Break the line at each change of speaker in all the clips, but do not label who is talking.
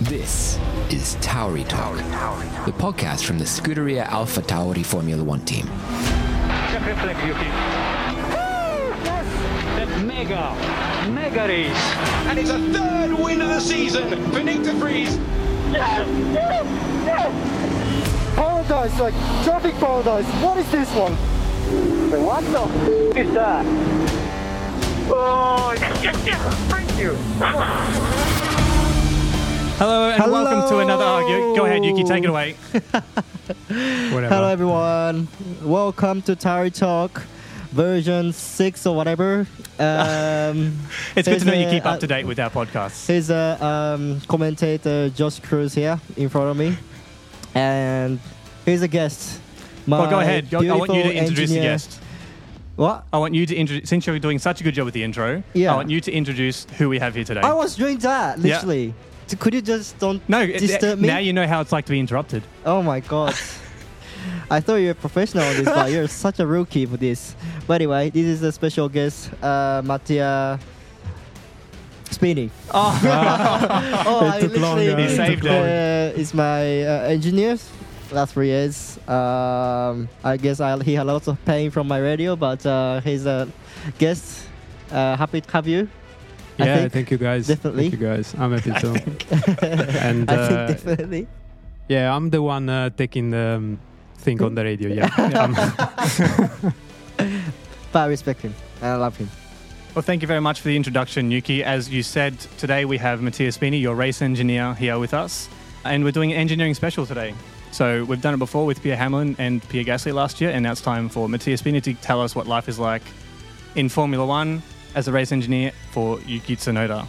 This is Tauri Talk, the podcast from the Scuderia Alpha Tauri Formula One team.
Check reflex, Yuki. That mega, mega race.
and it's a third win of the season for Nick de Vries.
paradise, like traffic paradise. What is this one? What the f- is that? Oh, thank you.
Hello and welcome to another. Oh, you- go ahead, Yuki, take it away. Whatever.
Hello, everyone. Welcome to Tari Talk version 6 or whatever. Um,
It's good
here's
to know you
a-
keep up
uh,
to date with our podcasts.
Here's a um, commentator, Josh Cruz, here in front of me. And here's a guest.
Well,
my
go ahead. Go, I want you to
beautiful
introduce
engineer-
the guest.
What?
I want you to introduce, since you're doing such a good job with the intro,
Yeah.
I want you to introduce who we have here today.
I was doing that,
Yeah.
literally. D- Could you just don't
no, it-
disturb me?
now you know how it's like to be interrupted.
Oh my god. I thought you were professional on this, but you're such a rookie for this. But anyway, this is a special guest, uh, Mattia Spini. Oh, I
took
literally-
longer. He saved it.
Uh, he's my uh, engineer last three years. Um, I guess I, he had lots of pain from my radio, but uh, he's a guest. Uh, happy to have you. I
Yeah,
think.
thank you guys.
Definitely.
Thank you guys. I'm happy too. and
I think
uh,
definitely.
yeah, I'm the one uh, taking the um, thing on the radio. Yeah. Um,
But I respect him. I love him.
Well, thank you very much for the introduction, Yuki. As you said, today we have Matthias Spini, your race engineer, here with us. And we're doing an engineering special today. So we've done it before with Pierre Hamlin and Pierre Gasly last year, and now it's time for Matthias Spini to tell us what life is like in Formula One as a race engineer for Yuki Tsunoda.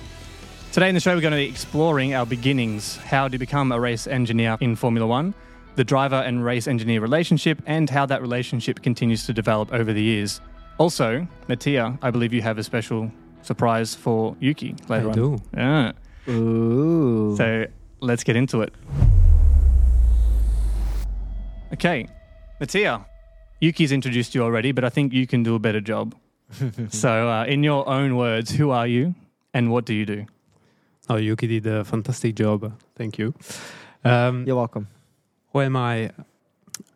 Today in the show, we're going to be exploring our beginnings, how to become a race engineer in Formula One, the driver and race engineer relationship, and how that relationship continues to develop over the years. Also, Mattia, I believe you have a special surprise for Yuki later
I
on.
do.
Yeah.
Ooh.
So let's get into it. Okay, Mattia, Yuki's introduced you already, but I think you can do a better job. so, uh, in your own words, who are you and what do you do?
oh, Yuki did a fantastic job. Thank you. Um,
You're welcome.
Who am I?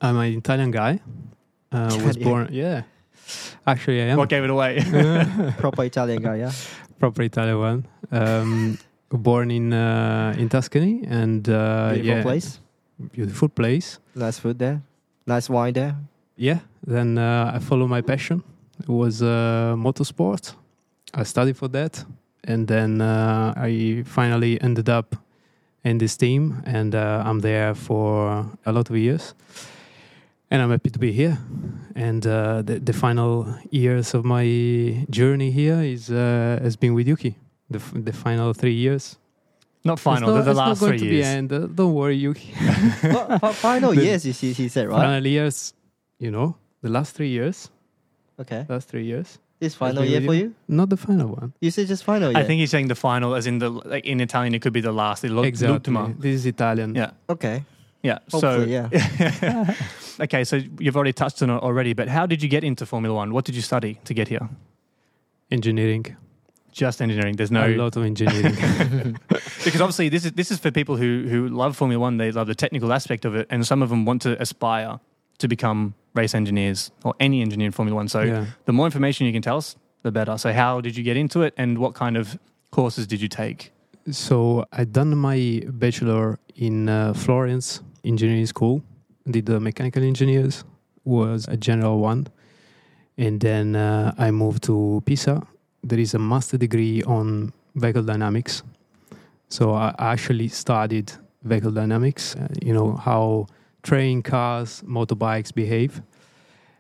I'm an Italian guy. Uh, was
Italian.
born. Yeah. Actually, I am
What gave it away?
Proper Italian guy, yeah?
a proper Italian one. Um, born in uh, in Tuscany and uh,
Beautiful
yeah,
place.
Beautiful place.
Nice food there. Nice wine there.
yeah then uh, i follow my passion it was uh, motorsport i studied for that and then uh, i finally ended up in this team and uh, i'm there for a lot of years and i'm happy to be here and uh, the, the final years of my journey here is uh, has been with yuki the, f- the final three years
Not final, the,
it's not,
the
it's not
last
going
three
to be
years.
end. Uh, don't worry yuki
Well, fi- final
The-
years, you see, he said, right?
final years you know the last three years
Okay.
last three years
This final
been
year
with
for
you?
you?
Not the final one.
You said just final
I
year.
think he's saying the final, as in the like in Italian, it could be the last. The l- l'ultima.
This is Italian.
Yeah,
Okay.
yeah.
Hopefully,
so,
yeah.
okay, so you've already touched on it already, but how did you get into Formula One? What did you study to get here?
Engineering.
Just engineering. There's
A
no
lot of engineering.
because obviously this is this is for people who who love Formula One. They love the technical aspect of it, and some of them want to aspire to become race engineers or any engineer in Formula One. So
Yeah.
the more information you can tell us, the better. So how did you get into it, and what kind of courses did you take?
so I done my bachelor in uh, Florence Engineering School. Did the mechanical engineers was a general one, and then uh, I moved to Pisa. There is a master degree on vehicle dynamics. So I I actually studied vehicle dynamics. Uh, you know how train cars, motorbikes behave.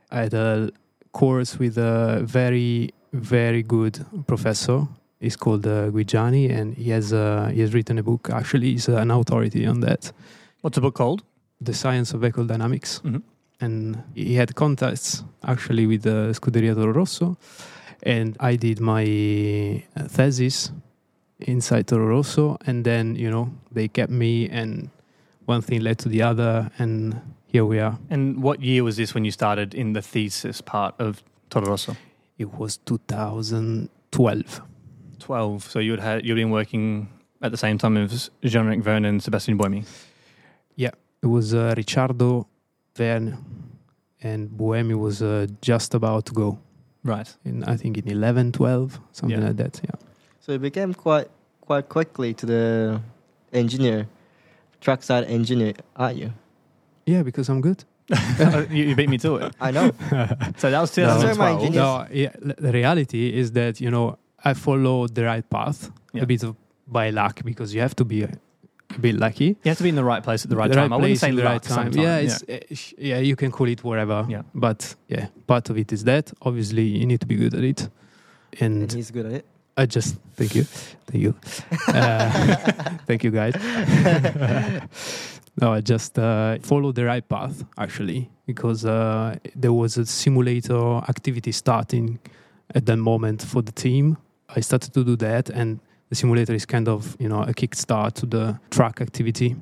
I had a course with a very very good professor He's called uh, Guigiani, and he has uh, he has written a book. Actually, he's uh, an authority on that,
What's the book called?
the science of vehicle dynamics.
Mhm.
And he had contacts actually with uh, Scuderia Toro Rosso, and I did my uh, thesis inside Toro Rosso, and then you know they kept me, and one thing led to the other, and here we are.
And what year was this when you started in the thesis part of Toro Rosso?
It was 2012.
12. So you'd had you'd been working at the same time as Jean-Eric Verne and Sebastian Buemi.
It was uh, Ricciardo, Verne, and Buemi was uh, just about to go.
Right.
In, I think in 11, 12, something
Yeah.
like that. Yeah.
So it became quite quite quickly to the engineer, trackside engineer. Are you?
Yeah, because I'm good.
Uh, you, you beat me to it.
I know.
So that was
No. Sorry,
2012.
Mike, Yes.
No, yeah, l- the reality is that you know I follow the right path
Yeah.
a bit of by luck because you have to be a, a bit lucky.
You have to be in the right place at the right time. I wouldn't
place
say
in the
luck
right time.
sometimes.
Yeah, it's, yeah. yeah, you can call it whatever.
Yeah.
but yeah, part of it is that. Obviously, you need to be good at it,
and
Mm-hmm.
and
he's good at it.
I just thank you, thank you, uh, thank you guys. no, I just uh, follow the right path actually because uh, there was a simulator activity starting at that moment for the team. I started to do that, and the simulator is kind of you know a kickstart to the track activity.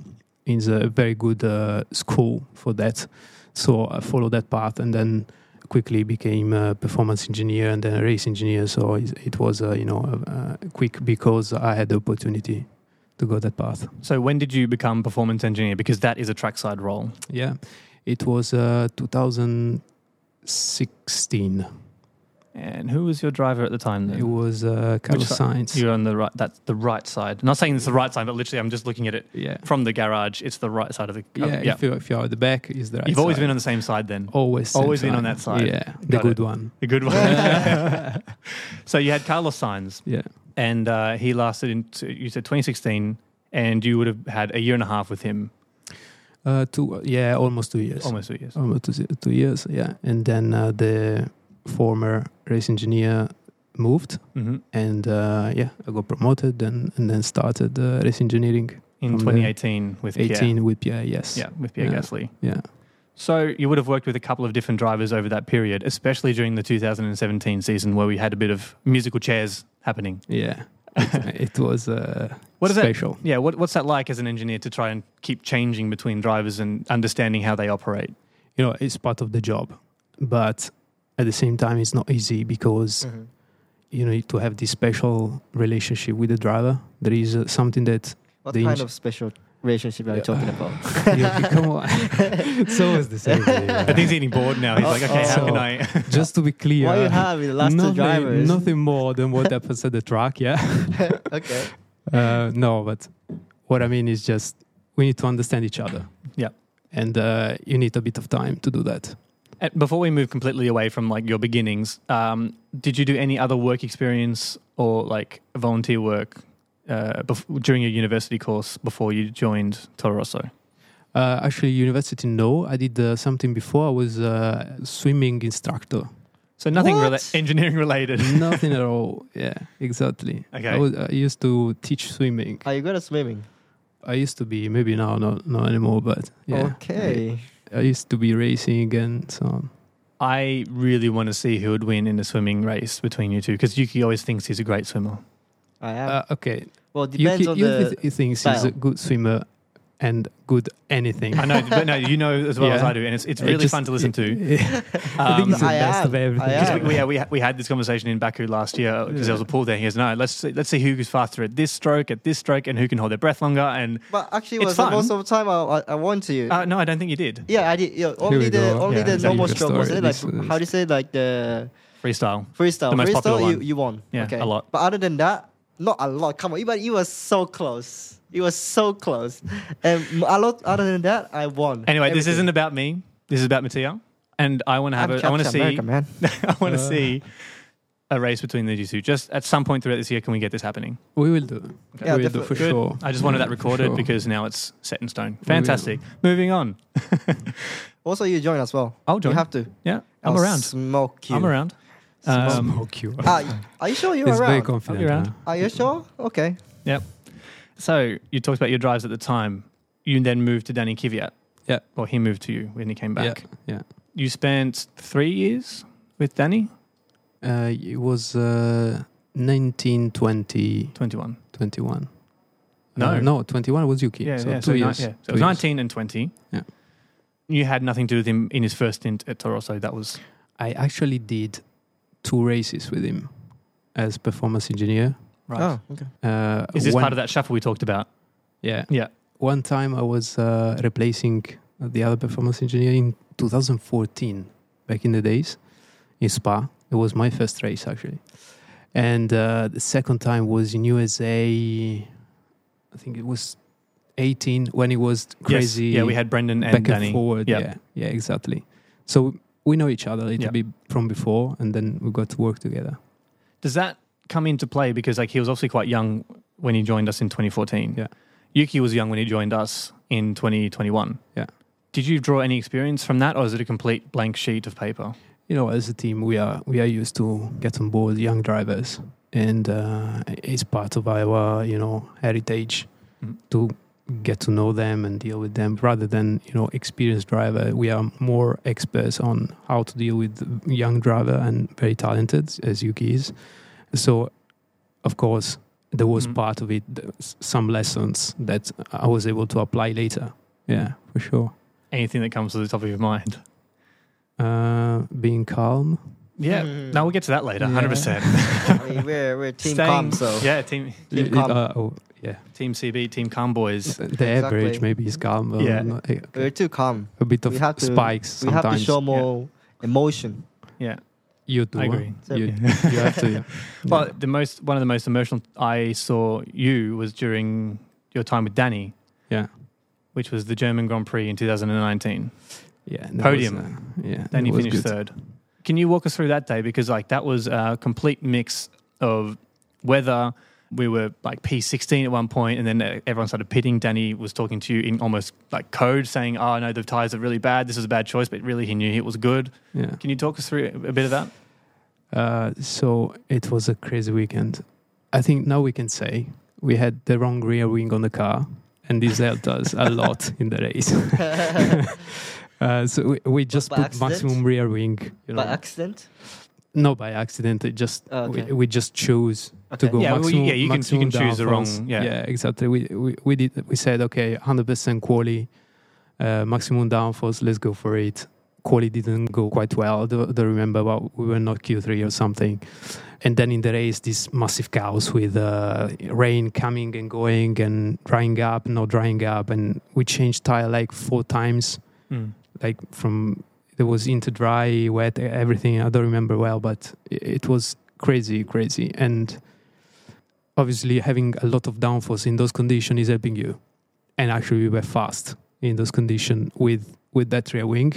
It's a very good uh, school for that, so I followed that path, and then quickly became a performance engineer and then a race engineer. So it it was uh, you know uh, quick because I had the opportunity to go that path.
So when did you become performance engineer? Because that is a trackside role.
Yeah, it was uh, 2016.
And who was your driver at the time? Then?
It was uh, Carlos
Which
Sainz.
You're on the right. That's the right side. I'm not saying it's the right side, but literally, I'm just looking at it
Yeah.
from the garage. It's the right side of the.
Yeah,
yeah.
If, you're, if you're at the back, is the right
You've always
side. Oh.
been on the same side then.
always
always
same
been on
side.
that side.
Yeah, the
Got
good
it.
one.
The good one. so you had Carlos Sainz,
Yeah,
and uh, he lasted in. You said 2016, and you would have had a year and a half with him,
uh, two. Yeah, almost two years.
almost two years.
almost two, two years. Yeah, and then uh, the former race engineer moved,
hmm
and uh, yeah, I got promoted and, and then started uh, race engineering
In
From the
2018 with Pierre.
18 with Pierre. Yes.
Yeah, with Pierre
Yeah.
Gasly.
Yeah.
So you would have worked with a couple of different drivers over that period, especially during the 2017 season where we had a bit of musical chairs happening.
Yeah. It, it was uh,
What is that?
special.
Yeah, what, what's that like as an engineer to try and keep changing between drivers and understanding how they operate?
You know, it's part of the job, but at the same time, it's not easy
Mm.
because
Mm-hmm.
you know to have this special relationship with the driver. There is uh, something that
What
The
kind
eng-
of special relationship are you
Yeah.
talking about?
you become. it's always the same. thing, yeah.
I think he's getting bored now. He's like, okay, how
So-
can I?
Just to be clear,
What you have with the last
nothing,
two drivers?
nothing more than what happens at the track. Yeah.
Okay.
Uh, no, but what I mean is just we need to understand each other.
Yeah.
And uh, you need a bit of time to do that.
Uh, Before we move completely away from like your beginnings, um, did you do any other work experience or like volunteer work uh, bef- during your university course before you joined Toro Rosso?
Uh, actually, university, no. I did uh, something before. I was a swimming instructor.
So nothing
What?
rela- engineering related.
Nothing at all. Yeah, exactly.
Okay.
I, was, I used to teach swimming.
Are you good at swimming?
I used to be, maybe now, not, not anymore, but yeah.
Okay.
I, I used to be racing and so on.
I really want to see who would win in a swimming race between you two because Yuki always thinks he's a great swimmer.
I am.
Uh, okay.
well, depends
Yuki,
on
Yuki
the.
th- thinks he's
style.
a good swimmer and good anything.
I know, but no, you know as well as
Yeah.
I do, and it's it's
It
really
just-
fun to listen to.
I think
Um,
he's the
I
best
am,
of everything.
I
Because
am.
we, we, yeah, we, ha- we had this conversation in Baku last year because there was a pool there. He goes, no, let's see, let's see who's faster at this stroke, at this stroke, and who can hold their breath longer. And
But actually,
It's
was the
fun.
most of the time I, I, I won to you.
uh, no, I don't think he did
yeah, I did. Yeah, only
we
the
go.
only
Yeah,
the
exactly.
normal
Good
stroke was
story.
it? Like
This is-
how do you say like the
freestyle.
freestyle?
The most
freestyle,
popular
you
one.
you won.
Yeah,
okay.
a lot.
But other than that, not a lot. Come on, but you were so close. You were so close, and a lot. Other than that, I won.
Anyway, this
everything.
isn't about me. This is about Mattia, and I want to have
I'm
a, I want to
Captain
see
America, man.
I want to
Uh.
see a race between the two. Just at some point throughout this year, can we get this happening?
We will do.
Yeah,
we will do
definitely.
for
Good.
sure.
I just wanted that
Yeah, for
recorded
sure.
because now it's set in stone.
yeah.
Fantastic. Moving on.
Also, you join as well.
Oh,
I'll join.
You have to.
Yeah, I'm
I'll
around.
Smoke you.
I'm around. Um,
Smoke you.
Ah, are you sure you're
He's very
around?
confident.
I'll be around.
huh?
are you sure? Okay.
yep. So you talked about your drives at the time. You then moved to Danny Kvyat.
Yeah.
Well, he moved to you when he came back.
Yeah,
You spent three years with Danny.
yeah. Uh, it was uh, 19, 20,
Twenty-one.
21.
No.
Uh, no, 21 was Yuki.
Yeah.
so
yeah.
two
so ni-
years.
yeah. So
Two
it was
years.
nineteen and twenty.
Yeah.
You had nothing to do with him in his first stint at Toro Rosso. That was
I actually did two races with him as performance engineer right?
Oh, okay.
Uh,
Is this
one-
part of that shuffle we talked about?
Yeah.
Yeah.
One time I was uh, replacing the other performance engineer in 2014, back in the days, in Spa. It was my first race, actually. And uh, the second time was in USA, I think it was 18, when it was crazy
Yes. Yeah, we had Brendan and
back
Danny.
and forward.
Yeah.
Yeah, yeah, exactly. So we know each other a little
Yeah.
bit from before, and then we got to work together.
Does that come into play because like he was obviously quite young when he joined us in 2014?
Yeah.
Yuki was young when he joined us in 2021.
Yeah.
Did you draw any experience from that, or is it a complete blank sheet of paper?
you know, as a team, we are we are used to get on board young drivers, and uh, it's part of our you know heritage
Mm.
to get to know them and deal with them rather than you know experienced driver. We are more experts on how to deal with young driver and very talented as Yuki is. So, of course, there was
Mm.
part of it th- s- some lessons that I was able to apply later. Yeah, for sure.
Anything that comes to the top of your mind?
Uh, being calm.
Yeah.
Mm.
No, we'll get to that later.
Yeah.
100%.
I mean, we're we're team calm, so
Yeah, team,
Team calm.
Uh, oh, yeah.
team CB, Team Calm Boys.
The average
Exactly.
maybe is calm. but
Yeah.
not- eh,
we're too calm.
a bit of
we have to-
spikes
We have
sometimes.
to show more emotion.
Yeah,
you do.
I
huh?
agree.
So-
You, you have to. Yeah.
But the most one of the most emotional I saw you was during your time with Danny,
yeah,
which was the German Grand Prix in 2019.
yeah. that
Podium.
was, uh, yeah,
Then
that
you
was
finished
good.
third. Can you walk us through that day? Because like that was a complete mix of weather. We were like P16 at one point, and then uh, everyone started pitting. Danny was talking to you in almost like code, saying, "Oh no, the tires are really bad. This is a bad choice." But really, he knew it was good.
Yeah.
Can you talk us through a bit of that?
Uh, so it was a crazy weekend. I think now we can say we had the wrong rear wing on the car, and this helped us a lot in the race. uh, so we, we just
by
put
accident?
maximum rear wing. You know,
By accident?
no, by accident. It just
Okay.
we, we just choose to
Okay.
go
Yeah, well,
maximum.
yeah, you can- you
maximum
can choose the wrong-
downforce.
yeah.
exactly. We, we we did we said okay, hundred percent quali, uh, maximum downforce. Let's go for it. Quali didn't go quite well. I don't, don't remember, but we were not Q three or something. And then in the race, this massive chaos with uh, rain coming and going and drying up, not drying up, and we changed tire like four times like from there was into dry, wet, everything. I don't remember well, but i- it was crazy, crazy. And obviously, having a lot of downforce in those conditions is helping you. And actually, we were fast in those conditions with with that rear wing,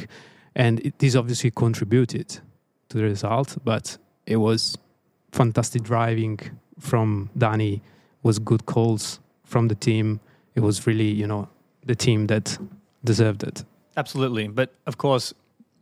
and it, this obviously contributed to the result. But it was fantastic driving from Danny. Was good calls from the team. It was really, you know, the team that deserved it.
Absolutely, but of course,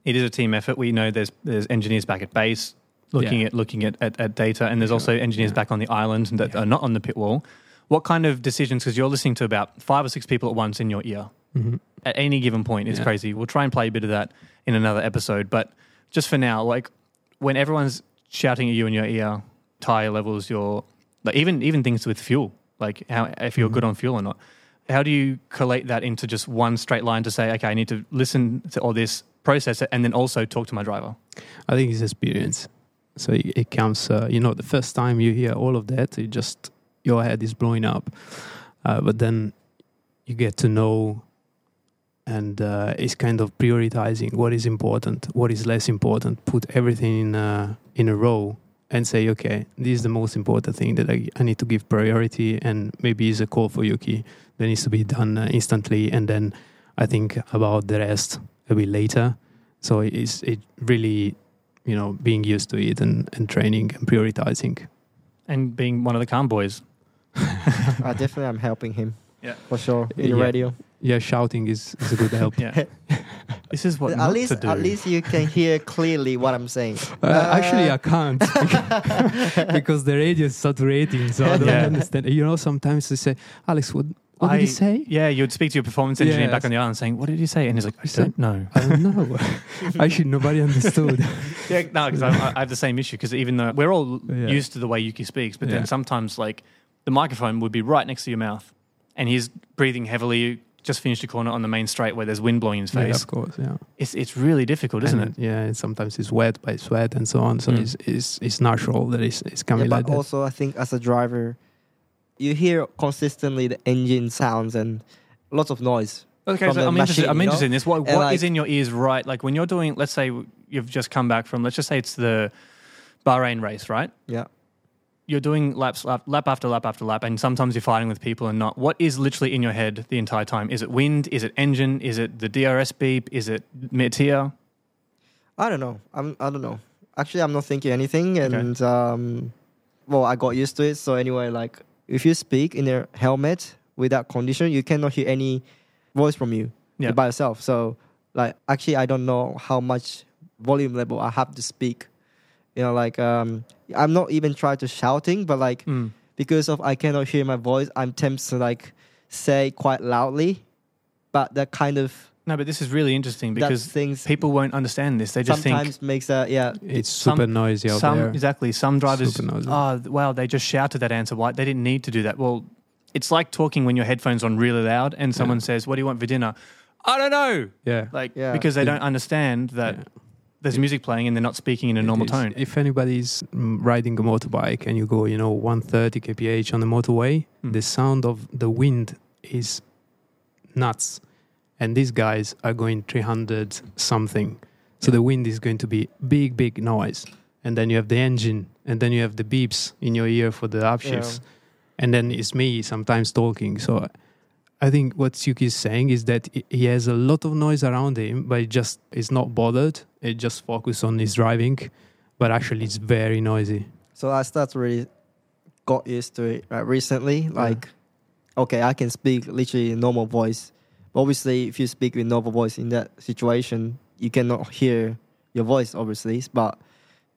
it is a team effort. We know there's there's engineers back at base looking
Yeah.
at looking at, at, at data, and there's
Yeah.
also engineers
Yeah.
back on the island that
Yeah.
are not on the pit wall. What kind of decisions? Because you're listening to about five or six people at once in your ear
Mm-hmm.
at any given point. It's
Yeah.
crazy. We'll try and play a bit of that in another episode, but just for now, like when everyone's shouting at you in your ear, tire levels, your like even even things with fuel, like how if
Mm-hmm.
you're
Mhm.
good on fuel or not. How do you collate that into just one straight line to say, okay, I need to listen to all this, process it, and then also talk to my driver?
I think it's experience. So it, it comes, uh, you know, the first time you hear all of that, it just, your head is blowing up. Uh, but then you get to know and uh, it's kind of prioritizing what is important, what is less important, put everything in a, in a row and say, okay, this is the most important thing that I, I need to give priority and maybe it's a call for Yuki that needs to be done uh, instantly. And then I think about the rest a bit later. So it's it really, you know, being used to it and, and training and prioritizing.
And being one of the calm boys.
I definitely am helping him.
Yeah.
For sure. In the
Yeah.
radio.
Yeah, shouting is, is a good help.
Yeah. this is what
at
not
least
to do.
at least you can hear clearly what I'm saying.
Uh, actually, I can't because the radio is saturating, so I don't
Yeah.
understand. You know, sometimes they say, "Alex, what what
I-
did you say?"
Yeah, you'd speak to your performance engineer
Yeah.
back on the island saying, What did you say? And he's like, I don't know.
I don't know. actually, nobody understood.
Yeah, no, because I, I have the same issue. Because even though we're all
Yeah.
used to the way Yuki speaks, but
Yeah.
then sometimes like the microphone would be right next to your mouth, and he's breathing heavily, just finished a corner on the main straight where there's wind blowing in his
Yeah,
face.
of course, yeah.
it's it's really difficult, isn't
And,
it?
Yeah, and sometimes it's wet by sweat and so on. So
Mm.
it's, it's it's natural that it's, it's
Yeah,
coming like
but
that.
also I think as a driver, you hear consistently the engine sounds and lots of noise.
Okay,
from
so
the
I'm interested.
machine,
I'm
you know?
interested in this. What what is
And, like-
in your ears right? Like when you're doing, let's say you've just come back from, let's just say it's the Bahrain race, right?
Yeah.
You're doing laps, lap, lap after lap after lap, and sometimes you're fighting with people and not. What is literally in your head the entire time? Is it wind? Is it engine? Is it the DRS beep? Is it Meteor?
I don't know. I'm I don't know. Actually, I'm not thinking anything, and um, well, I got used to it. So anyway, like if you speak in a helmet without condition, you cannot hear any voice from you
Yeah.
by yourself. So like actually, I don't know how much volume level I have to speak. You know, like um, I'm not even trying to shouting, but like
Mm.
because of I cannot hear my voice, I'm tempted to like say quite loudly, but that kind of
No, but this is really interesting
that
because
things
people won't understand this. They just think
sometimes makes a yeah
It's
some-
super noisy out
some
there.
exactly some drivers
Super noisy.
oh wow they just shouted that answer why they didn't need to do that well it's like talking when your headphones on really loud and someone says what do you want for dinner i don't know
Yeah.
like
Yeah.
because they
It-
don't understand that
Yeah.
there's music playing and they're not speaking in a normal
It is-
tone
If anybody's mm, riding a motorbike and you go, you know, 130 kph on the motorway,
Mm.
the sound of the wind is nuts. And these guys are going 300 something. So the wind is going to be big, big noise. And then you have the engine, and then you have the beeps in your ear for the upshifts. And then it's me sometimes talking. So I think what Suki is saying is that he- he has a lot of noise around him, but he just is not bothered. It just focuses on his driving, but actually it's very noisy.
So I started really got used to it right, recently. Like, okay, I can speak literally in normal voice. But obviously, if you speak with normal voice in that situation, you cannot hear your voice, obviously. But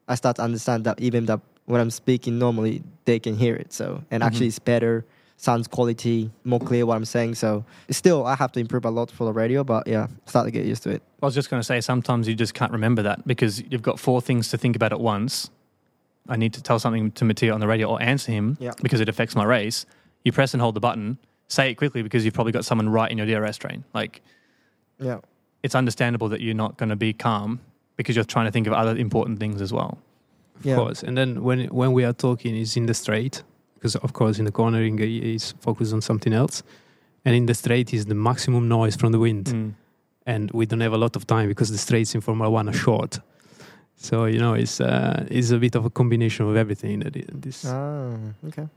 I start to understand that even that when I'm speaking normally, they can hear it. So and actually, it's better sounds quality, more clear what I'm saying. So still, I have to improve a lot for the radio. But yeah, start to get used to it.
i was just going to say sometimes you just can't remember that because you've got four things to think about at once i need to tell something to mattia on the radio or answer him
Yeah.
because it affects my race you press and hold the button say it quickly because you've probably got someone right in your drs train like
Yeah.
it's understandable that you're not going to be calm because you're trying to think of other important things as well.
Of
Yeah.
course. And then when, when we are talking, it's in the straight, because of course in the cornering, he- he's focused on something else. And in the straight is the maximum noise from the wind.
Mm.
And we don't have a lot of time because the straights in Formula One are short. So, you know, it's, uh, it's a bit of a combination of everything that it, this
Ah, okay.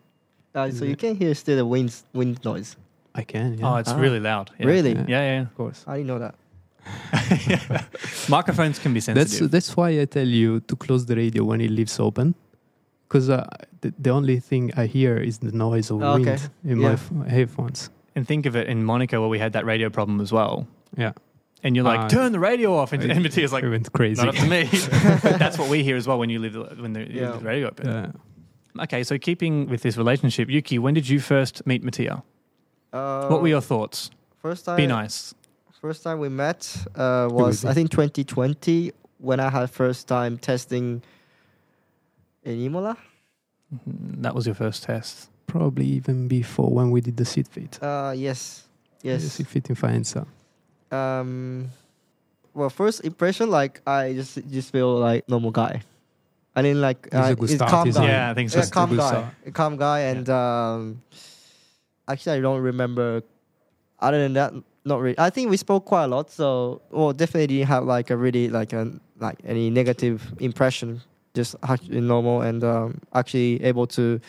Uh, so you can hear still the wind wind noise.
I can. Yeah.
Oh, it's
Ah.
really loud. Yeah.
Really?
Yeah, yeah.
of course.
I didn't know that.
yeah. Microphones can be
That's
sensitive.
that's why I tell you to close the radio when it leaves open, because uh, the, the only thing I hear is the noise of
Oh, okay.
wind in my
Yeah.
f- headphones.
and think of it in Monaco where we had that radio problem as well.
Yeah,
And you're like,
Ah.
turn the radio off. And,
It-
and Mattia's like,
it went crazy.
not up to me. That's what we hear as well when you leave the, when the,
Yeah.
the radio open.
Uh,
Okay, so keeping with this relationship, Yuki, when did you first meet Mattia? what were your thoughts?
Uh, first time?
Be nice.
First time we met uh, was I think 2020 when I had first time testing in Imola.
Mm, That was your first test.
probably even before when we did the seat fit.
Uh, yes,
The
yes.
seat fit in Faenza.
Um, well, first impression like I just just feel like normal guy. I didn't like
He's a
uh,
good
he's
start,
calm
isn't
guy.
he?
Yeah, I think so.
yeah,
just a
calm
good
guy,
start.
a calm guy, and um, actually, I don't remember. Other than that, not really. I think we spoke quite a lot, so well, definitely didn't have like a really like a like any negative impression. Just actually normal, and um, actually able to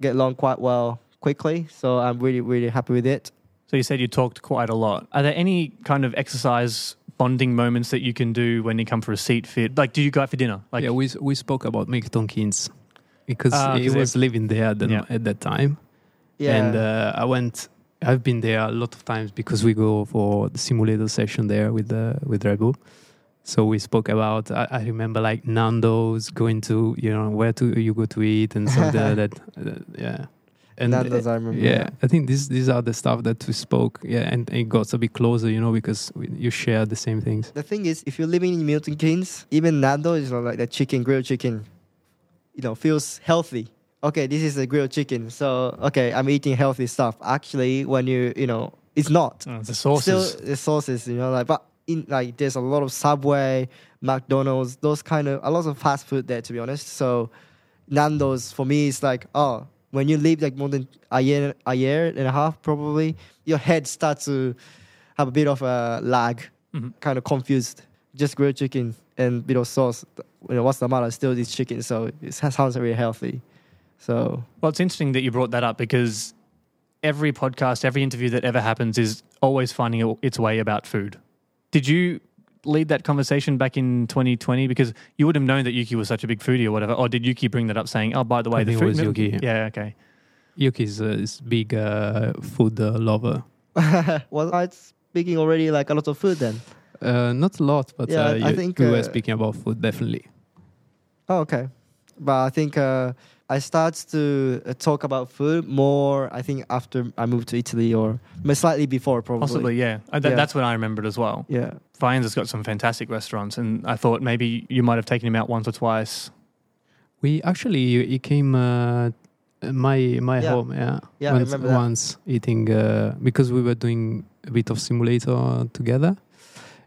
get along quite well quickly. So I'm really really happy with it.
So you said you talked quite a lot. Are there any kind of exercise bonding moments that you can do when you come for a seat fit? Like, do you go out for dinner? Like,
yeah, we s- we spoke about Mick Tonkins because
Ah,
he
'cause they-
was living there at, the,
Yeah.
at that time,
Yeah,
and uh, I went. I've been there a lot of times because we go for the simulator session there with the with Red Bull. So we spoke about. I, I remember like Nando's going to you know where to you go to eat and something like that. Uh, yeah, and
that does I remember.
yeah, I think these these are the stuff that we spoke. Yeah, and it got a bit closer, you know, because we, you share the same things.
The thing is, if you're living in Milton Keynes, even Nando is not like the chicken, grilled chicken, you know, feels healthy. Okay, this is a grilled chicken. So, okay, I'm eating healthy stuff. Actually, when you, you know, It's not.
Oh, the sources.
Still, the sources, you know, like but in like there's a lot of Subway, McDonald's, those kind of a lot of fast food there to be honest. So Nando's for me is like oh when you live like more than a year a year and a half probably your head starts to have a bit of a lag, kind of confused. Just grilled chicken and bit of sauce. You know, what's the matter? Still this chicken, so it sounds really healthy. So
Well, it's interesting that you brought that up because every podcast, every interview that ever happens is always finding it- its way about food. Did you lead that conversation back in 2020? Because you would have known that Yuki was such a big foodie or whatever. Or did Yuki bring that up saying, oh, by the way,
I
the
think it
food.
was
mill-
Yuki, yeah.
Yeah, okay.
Yuki is a is big uh, food uh, lover.
was I speaking already like a lot of food then?
Uh, not a lot, but
Yeah,
uh,
I
you,
think,
you
uh,
were speaking about food, definitely.
Oh, okay. But I think uh, I started to uh, talk about food more. I think after I moved to Italy, or but slightly before, probably.
Possibly, yeah. Uh, th-
Yeah.
That's when I remembered as well.
Yeah.
Vian's has got some fantastic restaurants, and I thought maybe you might have taken him out once or twice.
We actually he came uh, my my
Yeah.
home yeah,
Yeah, I
once,
remember that.
once eating uh, because we were doing a bit of simulator together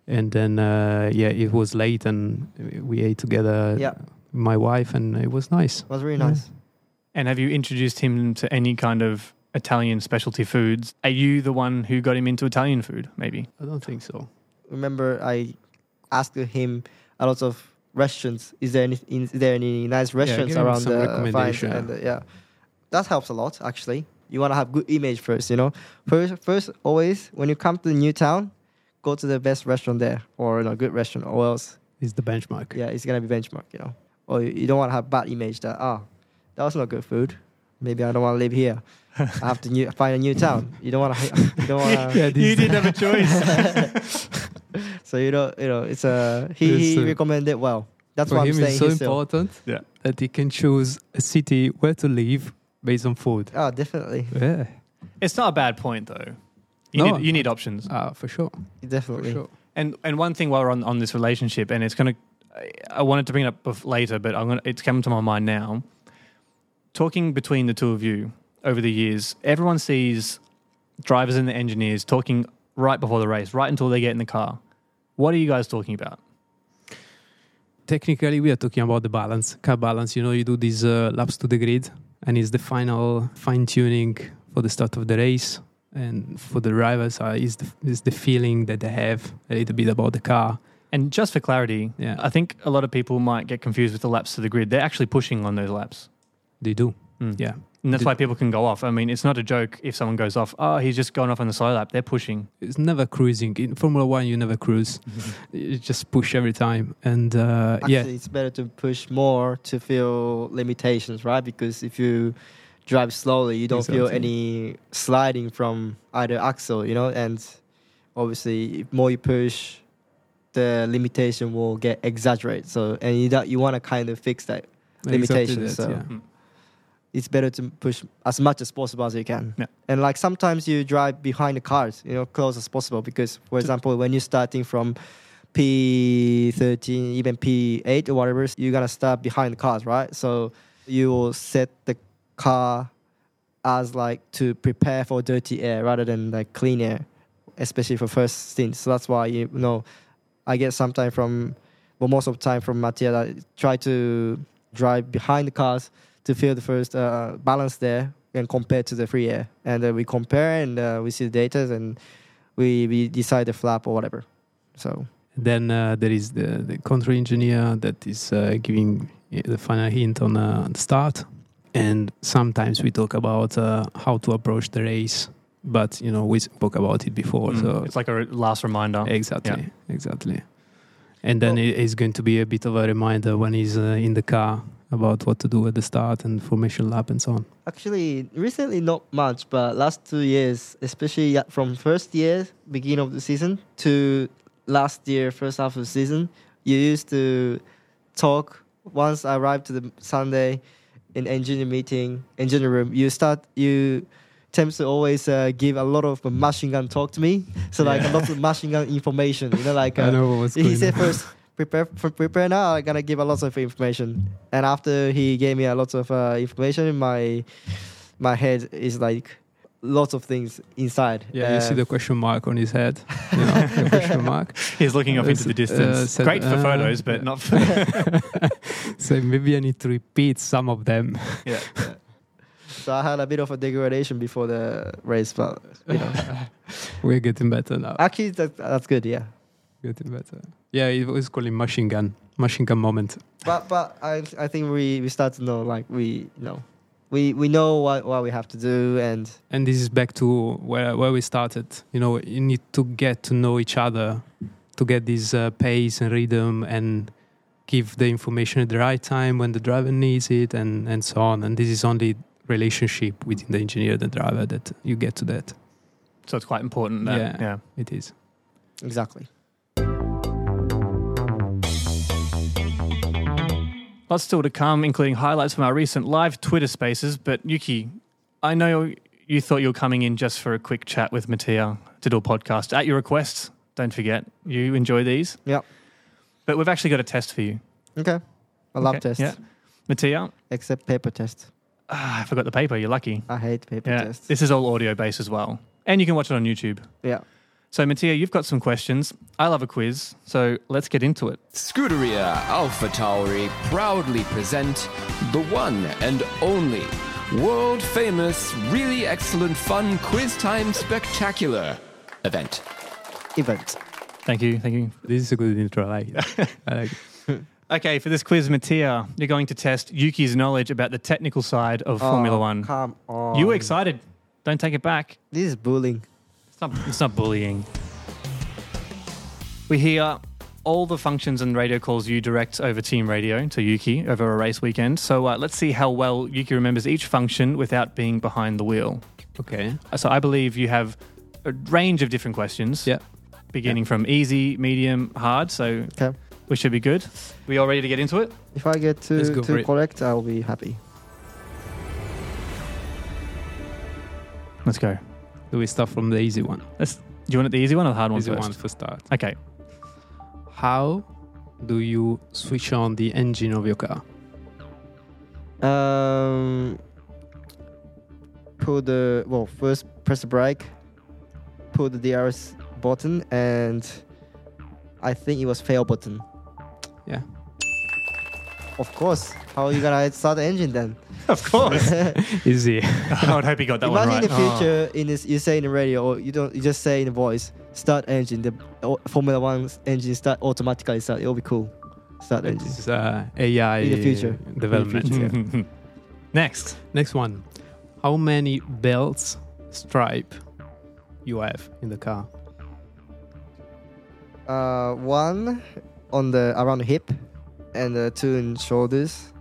and then uh, yeah it was late and we ate together
Yeah.
my wife and it was nice
It was really
Uh, Yeah.
nice.
And have you introduced him to any kind of Italian specialty foods? Are you the one who got him into Italian food, maybe?
I don't think so
Remember, I asked him a lot of restaurants. Is there any? Is there any nice restaurants
give him
around
some
the uh, Vines?
recommendation, yeah.
And, uh, yeah, that helps a lot actually. You want to have good image first, you know. First, first always when you come to the new town, go to the best restaurant there or a good restaurant, or else
it's the benchmark
yeah, it's gonna be benchmark, you know. Or you you don't want to have bad image that ah, that was not good food. Maybe I don't want to live here. I have to new, find a new town. You don't want to. You don't want to.
you didn't have a choice.
So you know, you know, it's a he,
Yes,
he
sir.
recommended well. That's
uh, for
why I'm
him
saying
it's so
he's still-
important
Yeah.
that he can choose a city where to live based on food
Oh, definitely,
yeah
It's not a bad point, though. You,
No.
need, you need options.
ah, for sure for
definitely.
sure
And and one thing while we're on, on this relationship, and it's gonna, I, I wanted to bring it up bef- later, but I'm gonna, it's come to my mind now. Talking between the two of you over the years, everyone sees drivers and the engineers talking right before the race, right until they get in the car. What are you guys talking about?
technically we are talking about the balance car balance you know you do these uh, laps to the grid and it's the final fine tuning for the start of the race and for the drivers uh, is the, is the feeling that they have a little bit about the car
And just for clarity,
Yeah.
I think a lot of people might get confused with the laps to the grid. They're actually pushing on those laps.
they do
Mm.
yeah
And that's
Did-
why people can go off. I mean, it's not a joke if someone goes off, oh, he's just gone off on the slow lap. They're pushing.
it's never cruising in formula 1 you never cruise you just push every time and uh,
Actually,
yeah
it's better to push more to feel limitations, right? Because if you drive slowly, you don't feel
Exactly.
any sliding from either axle, you know. And obviously, if more you push, the limitation will get exaggerated. So, and you don't, you want to kind of fix that. Limitation,
Exactly
so.
yeah.
It's better to push as much as possible as you can.
Yeah.
And like sometimes you drive behind the cars, you know, close as possible. Because, for example, when you're starting from P13, even P8 or whatever, you're gonna start behind the cars, right? So you will set the car as like to prepare for dirty air rather than like clean air, especially for first stint. So that's why you know, I get sometimes from, well, most of the time from Mattia that I try to drive behind the cars to feel the first uh, balance there and compare to the free air. And uh, we compare and uh, we see the data and we, we decide the flap or whatever. So
Then uh, there is the, the control engineer that is uh, giving the final hint on uh, the start. And sometimes we talk about uh, how to approach the race, but you know we spoke about it before.
Mm.
So
it's like a re- last reminder.
exactly, exactly. And then it is going to be a bit of a reminder when he's uh, in the car about what to do at the start and formation lap and so on.
Actually, recently not much, but last two years, especially ya- from first year beginning of the season to last year first half of the season, you used to talk. Once I arrived to the Sunday in engineer meeting, engineer room, you start you tends to always uh, give a lot of machine gun talk to me. So like a lot of machine gun information, you know, like uh,
know what's
he said first, prepare for prepare now. I'm gonna give a lot of information. And after he gave me a lot of uh, information, my my head is like, lots of things inside.
Yeah, you see the question mark on his head. You know, the question mark.
He's looking off
Uh,
into the
s-
distance.
uh, said,
Great for
uh,
photos, but
yeah.
not for.
so maybe I need to repeat some of them.
yeah.
So I had a bit of a degradation before the race, but you know,
We're getting better
Uh,
now.
actually that, that's good. Yeah,
Getting better. Yeah, it was called machine gun. Machine gun moment.
but but I I think we we start to know like we you know we we know what what we have to do and
And this is back to where where we started. You know, you need to get to know each other, to get this uh, pace and rhythm, and give the information at the right time when the driver needs it, and and so on. And this is only relationship within the engineer, the driver, that you get to that.
So it's quite important. That,
Yeah.
yeah.
It is.
exactly.
Lots still to come, including highlights from our recent live Twitter spaces. But Yuki, I know you thought you were coming in just for a quick chat with Mattia to do a podcast at your request. Don't forget, you enjoy these.
Yep.
But we've actually got a test for you.
Okay, a lab
Okay,
test
Yeah. Mattia,
except paper test.
ah, I forgot the paper. You're lucky.
I hate paper
Yeah.
tests.
This is all audio based as well. And you can watch it on YouTube.
yeah.
So, Mattia, you've got some questions. I love a quiz. So let's get into it.
Scuderia Alpha Tauri proudly present the one and only world famous, really excellent fun quiz time spectacular event.
Event.
Thank you. Thank you.
This is a good intro. I like it. I like it.
Okay, for this quiz, Mattia, you're going to test Yuki's knowledge about the technical side of Formula
Oh,
One.
Come on.
You were excited. Don't take it back.
This is bullying.
It's not, it's not bullying. We hear all the functions and radio calls you direct over team radio to Yuki over a race weekend. So uh, let's see how well Yuki remembers each function without being behind the wheel.
Okay.
So I believe you have a range of different questions.
Yeah.
Beginning from easy, medium, hard. So
Okay.
we should be good. We all ready to get into it?
If I get
Let's
to
go for
to
it.
correct, I'll be happy.
Let's go.
Do we start from the easy one?
Let's, do you want it the easy one or the hard one
easy
first?
one for start.
Okay.
How do you switch on the engine of your car?
Um, pull the well first press the brake, pull the DRS button, and I think it was fail button.
Yeah.
Of course. How are you gonna start the engine then?
Of course.
Easy.
I would hope you got that one right.
Imagine in the
Oh.
future, in this, you say in the radio, or you don't, you just say in the voice, start engine. The o- Formula One engine start automatically start. It'll be cool. Start engine.
This is uh, AI
In the future.
development.
Mm.
In the
yeah.
Next.
Next one. How many belts stripe you have in the car?
Uh, one on the around the hip, and uh, two in shoulders.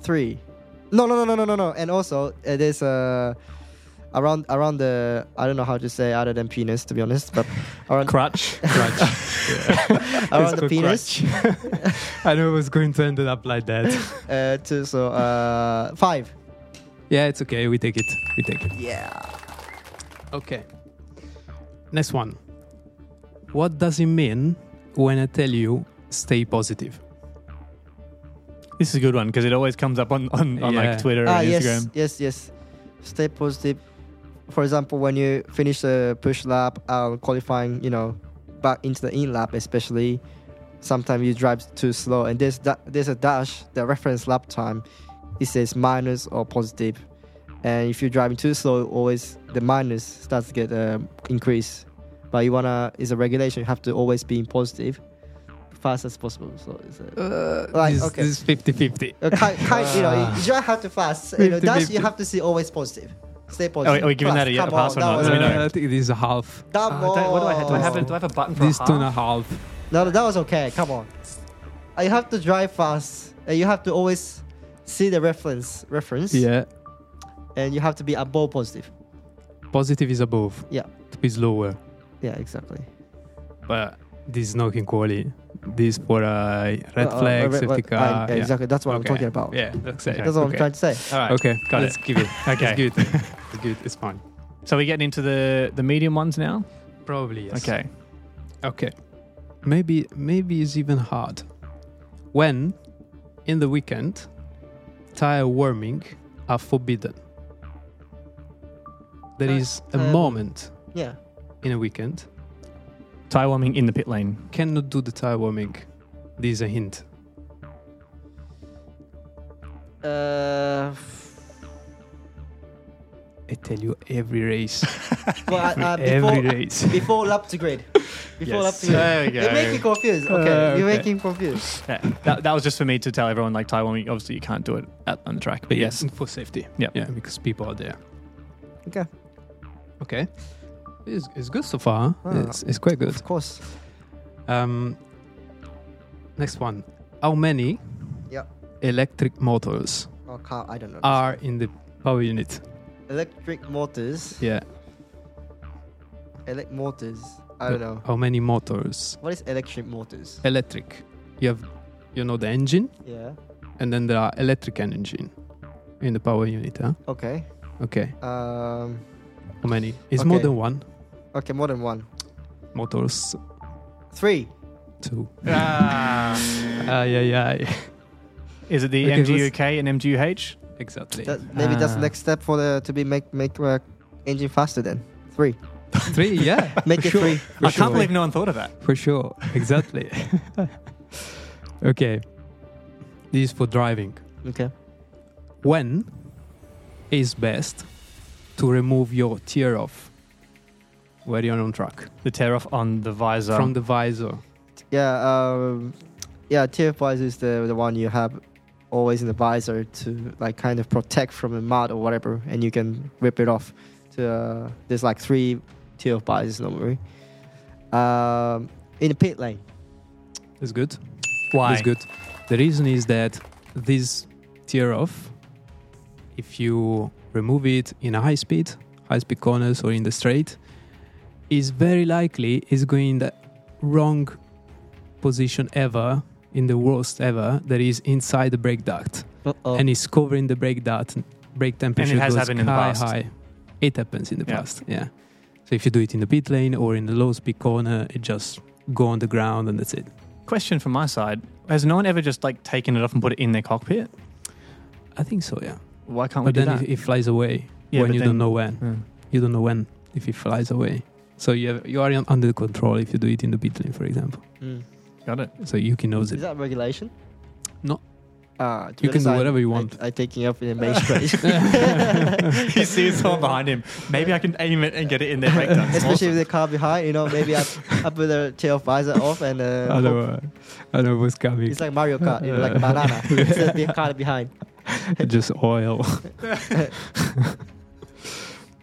Three. No, no, no, no, no, no, no. And also, uh, there's uh, around around the I don't know how to say other than penis to be honest, but around
Crutch. Crutch.
around
It's
the
called
penis.
crutch. I know it was going to end up like that.
Uh, two, so uh, five.
yeah, it's okay. We take it. We take it.
Yeah.
Okay. Next one. What does it mean when I tell you stay positive?
this is a good one because it always comes up on, on, on
Yeah.
like Twitter
Ah,
and Instagram.
yes, yes, yes. Stay positive. For example, when you finish the push lap, uh, qualifying, you know, back into the in lap, especially, sometimes you drive too slow, and there's da- there's a dash, the reference lap time, it says minus or positive, and if you're driving too slow, always the minus starts to get um, increased. But you wanna is a regulation, you have to always be in positive, fast as possible. So it's a,
Uh,
Right,
this,
okay.
this is 50 50.
uh, kind, kind, you know, you just have to fast. You know,
Fifty,
that's
fifty.
you have to see always positive. Stay positive.
are we giving
Fast,
that a- a
come
pass
on,
or not?
That was,
Let me know.
Uh, I think it is a half.
that
Oh, don't- what do I have? Do I have, a,
was-
do I have a button for
This
a
two and
half?
a half.
No, no, that was okay. Come on. Uh, You have to drive fast. And you have to always see the reference, reference.
Yeah.
And you have to be above positive.
Positive is above.
Yeah.
To be slower.
Yeah, exactly.
But this is not in quality. This for uh, red
Uh, uh,
flag,
red-
safety
red-
car.
uh, yeah, Exactly. That's what I'm
Okay.
talking about.
Yeah, that's it.
That's what I'm trying to say.
All right.
Okay,
Got
let's
it.
give it.
Okay.
Let's give it. It's good. It's fine.
So we're getting into the, the medium ones now?
Probably yes.
Okay.
Okay. Maybe maybe it's even hard. When in the weekend tire warming are forbidden. there
Uh,
is a
um,
moment
Yeah.
in a weekend
Tie warming in the pit lane.
cannot do the tire warming. This is a hint.
Uh,
I tell you every race.
well, uh, uh, before,
every race.
before lap to grid. Before lap
Yes.
to grid.
There you
You make me
go.
confused. Okay,
Uh,
you
okay.
make me confused.
Yeah, that, that was just for me to tell everyone like tie warming. Obviously, you can't do it at, on the track, but yes.
For safety.
Yep.
Yeah, because people are there.
Mm, Okay.
Okay. It's, it's good so far.
Ah.
It's, it's quite good.
Of course.
Um, next one. How many
Yeah.
electric motors
Oh, car. I don't know.
are in the power unit?
electric motors.
Yeah.
Electric motors. I don't know.
How many motors?
What is electric motors?
Electric. You have, you know, the engine,
Yeah.
and then there are electric and engine in the power unit. Huh?
Okay.
Okay.
Um.
How many? It's more
Okay.
than one.
Okay, more than one.
Motors,
Three.
two. Ah, yeah, yeah.
Is it the
Okay, let's-
MGUK and MGUH?
Exactly.
That, maybe that's the
Ah.
next step for the to be make make uh, engine faster. Then three.
Three, yeah.
Make
for
it
sure.
three.
For
I
sure.
can't believe no one thought of that.
For sure. Exactly. okay. This is for driving.
Okay.
When is best to remove your tear off where you're on track
The tear off on the visor.
from the visor?
Yeah. Um. Yeah. TF visor is the the one you have always in the visor to like kind of protect from the mud or whatever, and you can rip it off. To uh, there's like three TF visors normally. Um. In the pit lane.
That's good.
Why?
That's good. The reason is that this tear off, if you remove it in a high speed, high speed corners or in the straight, is very likely is going in the wrong position ever, in the worst ever, that is inside the brake duct.
Uh-oh.
And it's covering the brake duct, brake temperature
has
goes
happened in the
sky
past.
high. It happens in the
Yeah.
past, yeah. So if you do it in the pit lane or in the low speed corner, it just go on the ground and that's it.
Question from my side: Has no one ever just like taken it off and put it in their cockpit?
I think so, yeah.
Why can't we
But
do
then
that?
it, it flies away
Yeah,
when
but
you
then-
don't know when.
Yeah.
You don't know when if it flies away. So you have, you are un- under control if you do it in the pit lane, for example.
Mm.
Got it.
So Yuki knows
Is
it.
that regulation?
No.
Ah, to be
You can
honest,
do
I-
whatever you
I-
want.
I, taking up in the main straight.
he sees someone behind him. Maybe I can aim it and get it in their breakdown.
Especially with the car behind, you know, maybe I, I put the tail visor off and uh,
I know,
hope-
uh, I know what's coming.
it's like Mario Kart, you know, like banana. it's the, the car behind.
Just oil.